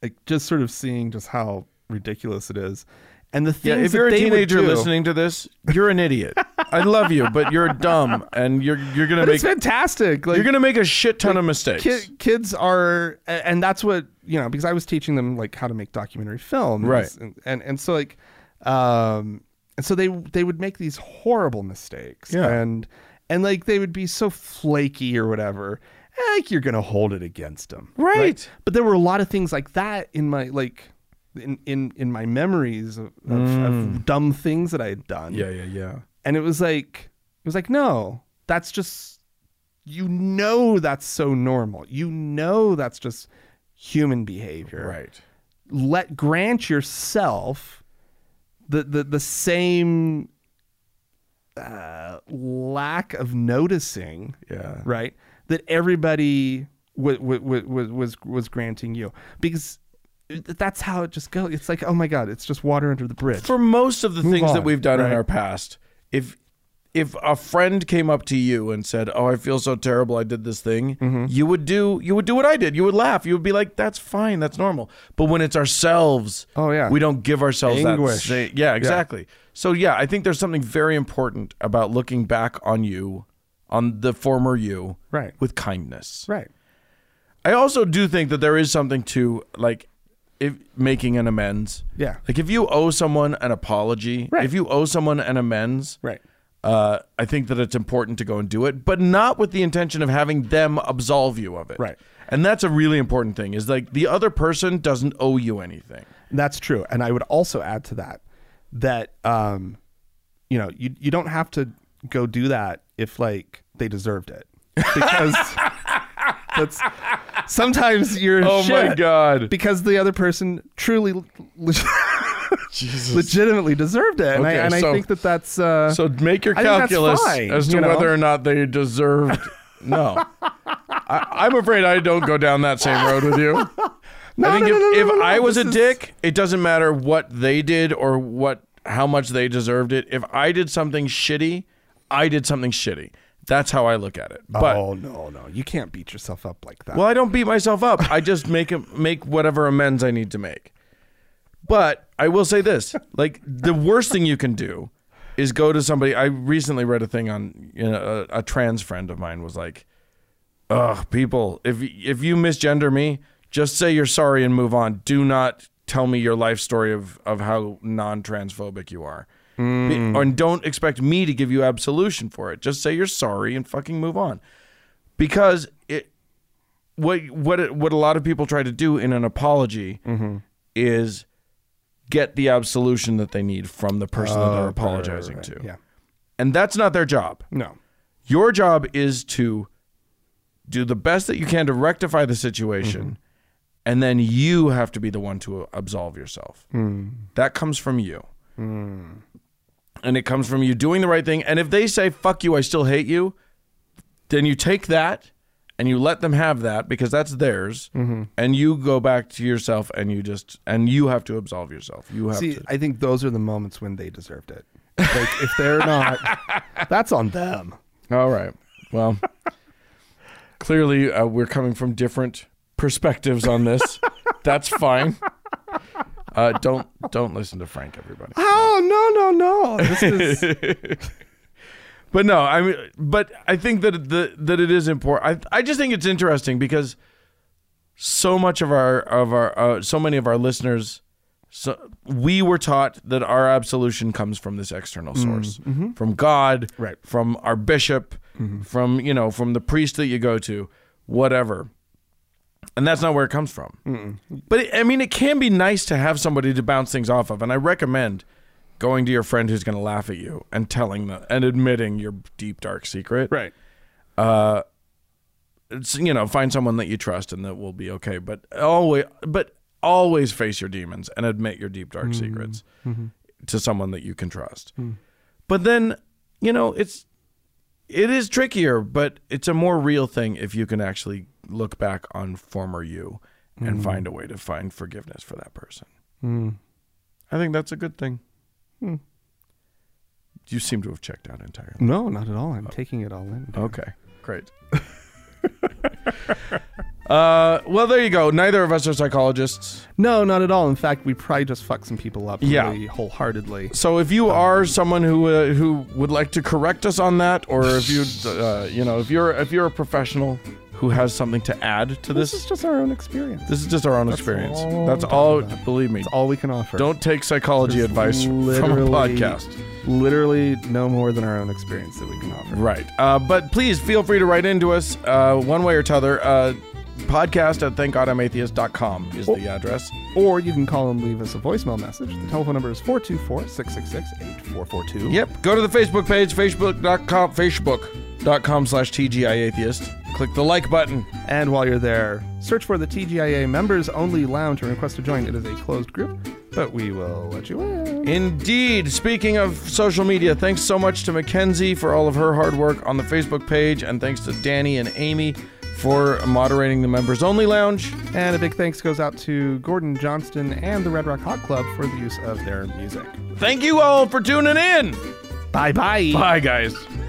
S1: like just sort of seeing just how ridiculous it is and the
S2: yeah,
S1: things
S2: if
S1: that
S2: you're a
S1: they would
S2: teenager
S1: do-
S2: listening to this, you're an idiot. I love you, but you're dumb and you're you're gonna
S1: but
S2: make
S1: it's fantastic like
S2: you're gonna make a shit ton of mistakes.
S1: ki- kids are a- and that's what you know because i was teaching them like how to make documentary films
S2: Right.
S1: and and, and so like um and so they they would make these horrible mistakes
S2: Yeah.
S1: and and like they would be so flaky or whatever and, like you're gonna hold it against them
S2: Right.
S1: but there were a lot of things like that in my like in in, in my memories of, of, of dumb things that i had done
S2: Mm. Yeah, yeah, yeah.
S1: and it was like it was like no that's just you know that's so normal you know that's just human behavior
S2: Right.
S1: let grant yourself the the, the same uh, lack of noticing
S2: Yeah.
S1: right that everybody w- w- w- w- was was granting you because uh, that's how it just goes it's like oh my god it's just water under the bridge
S2: For most of the things that
S1: on,
S2: we've done in
S1: right?
S2: our past, if if a friend came up to you and said, "Oh, I feel so terrible. I did this thing,"
S1: Mm-hmm.
S2: you would do you would do what I did. You would laugh. You would be like, "That's fine. That's normal." But when it's ourselves,
S1: Oh, yeah.
S2: we don't give ourselves
S1: Anguish.
S2: that. sa- Yeah, exactly. So yeah, I think there's something very important about looking back on you, on the former you,
S1: Right.
S2: with kindness.
S1: right
S2: I also do think that there is something to like if making an amends.
S1: Yeah.
S2: Like if you owe someone an apology,
S1: Right.
S2: if you owe someone an amends,
S1: Right.
S2: uh, I think that it's important to go and do it, but not with the intention of having them absolve you of it.
S1: Right.
S2: And that's a really important thing is like the other person doesn't owe you anything.
S1: That's true. And I would also add to that that um you know, you you don't have to go do that if like they deserved it.
S2: *laughs*
S1: Because that's sometimes you're
S2: Oh my
S1: shit
S2: God.
S1: Because the other person truly le- *laughs* legitimately deserved it. And
S2: Okay,
S1: I and
S2: so-
S1: I think that that's uh
S2: So make your
S1: I think that's
S2: calculus
S1: fine,
S2: as to
S1: you know?
S2: whether or not
S1: *laughs*
S2: they deserved. No, I, I'm afraid I don't go down that same road with you. I think
S1: *laughs* no,
S2: if,
S1: no, no,
S2: if
S1: no, no,
S2: I was a
S1: this is-
S2: dick, it doesn't matter what they did or what how much they deserved it. If I did something shitty, I did something shitty. That's how I look at it. But
S1: Oh no, no. You can't beat yourself up like that.
S2: well, I don't beat myself up. I just make a- make whatever amends I need to make. But I will say this: like the worst thing you can do is go to somebody. I recently read a thing on you know, a, a trans friend of mine was like, "Ugh, people, if if you misgender me, just say you're sorry and move on. Do not tell me your life story of of how non-transphobic you are." Be- And don't expect me to give you absolution for it. Just say you're sorry and fucking move on because it what what it, what a lot of people try to do in an apology is get the absolution that they need from the person that they're apologizing to.
S1: yeah.
S2: And that's not their job.
S1: No.
S2: Your job is to do the best that you can to rectify the situation, and then you have to be the one to absolve yourself. That comes from you. And it comes from you doing the right thing. And if they say, fuck you, I still hate you, then you take that and you let them have that because that's theirs. And you go back to yourself and you just, and you have to absolve yourself. You have
S1: See,
S2: to.
S1: I think those are the moments when they deserved it. Like if *laughs* they're not, that's on them.
S2: All right. *laughs* Well, clearly uh, we're coming from different perspectives on this. That's fine. Uh, don't don't listen to Frank, everybody.
S1: Oh no no no! This is
S2: But no, I mean, but I think that the that it is important. I I just think it's interesting because so much of our of our uh, so many of our listeners, so we were taught that our absolution comes from this external source, from God,
S1: Mm-hmm. Right. Mm-hmm.
S2: From our bishop, from you know, from the priest that you go to, whatever. And that's not where it comes from. But it, I mean, it can be nice to have somebody to bounce things off of, and I recommend going to your friend who's going to laugh at you and telling them and admitting your deep dark
S1: *laughs*
S2: secret.
S1: right.
S2: It's, you know, find someone that you trust and that will be okay. But always, but always face your demons and admit your deep dark secrets to someone that you can trust. But then, you know, it's it is trickier, but it's a more real thing if you can actually look back on former you and find a way to find forgiveness for that person. I think that's a good thing. You seem to have checked out entirely.
S1: No, not at all. I'm taking it all in.
S2: Okay, great. *laughs* uh, well, there you go. Neither of us are psychologists.
S1: No, not at all. In fact, we probably just fuck some people up
S2: Yeah.
S1: really wholeheartedly.
S2: So if
S1: Oh.
S2: you are someone who uh, who would like to correct us on that, or
S1: *laughs*
S2: if you uh, you know if you're if you're a professional who has something to add to
S1: This
S2: this,
S1: is just our own experience.
S2: this is just our own experience.
S1: all
S2: That's
S1: I'm
S2: all.
S1: talking about.
S2: Believe me,
S1: That's all we can offer.
S2: don't take psychology advice from a
S1: Literally-
S2: podcast.
S1: Literally, no more than our own experience that we can offer.
S2: Right. Uh, but please feel free to write into us uh, one way or t'other. Uh, podcast at thankgodimatheist.com is the address.
S1: Or you can call and leave us a voicemail message. The telephone number is 424 666 8442.
S2: Yep. Go to the Facebook page, facebook.com, facebook.com slash TGIAtheist. Click the like button.
S1: And while you're there, search for the TGIA Members Only Lounge and request to join. It is a closed group, but we will let you in.
S2: Indeed. Speaking of social media, thanks so much to Mackenzie for all of her hard work on the Facebook page, and thanks to Danny and Amy for moderating the members only lounge.
S1: And a big thanks goes out to Gordon Johnston and the Red Rock Hot Club for the use of their music.
S2: Thank you all for tuning in.
S1: Bye bye.
S2: Bye, guys.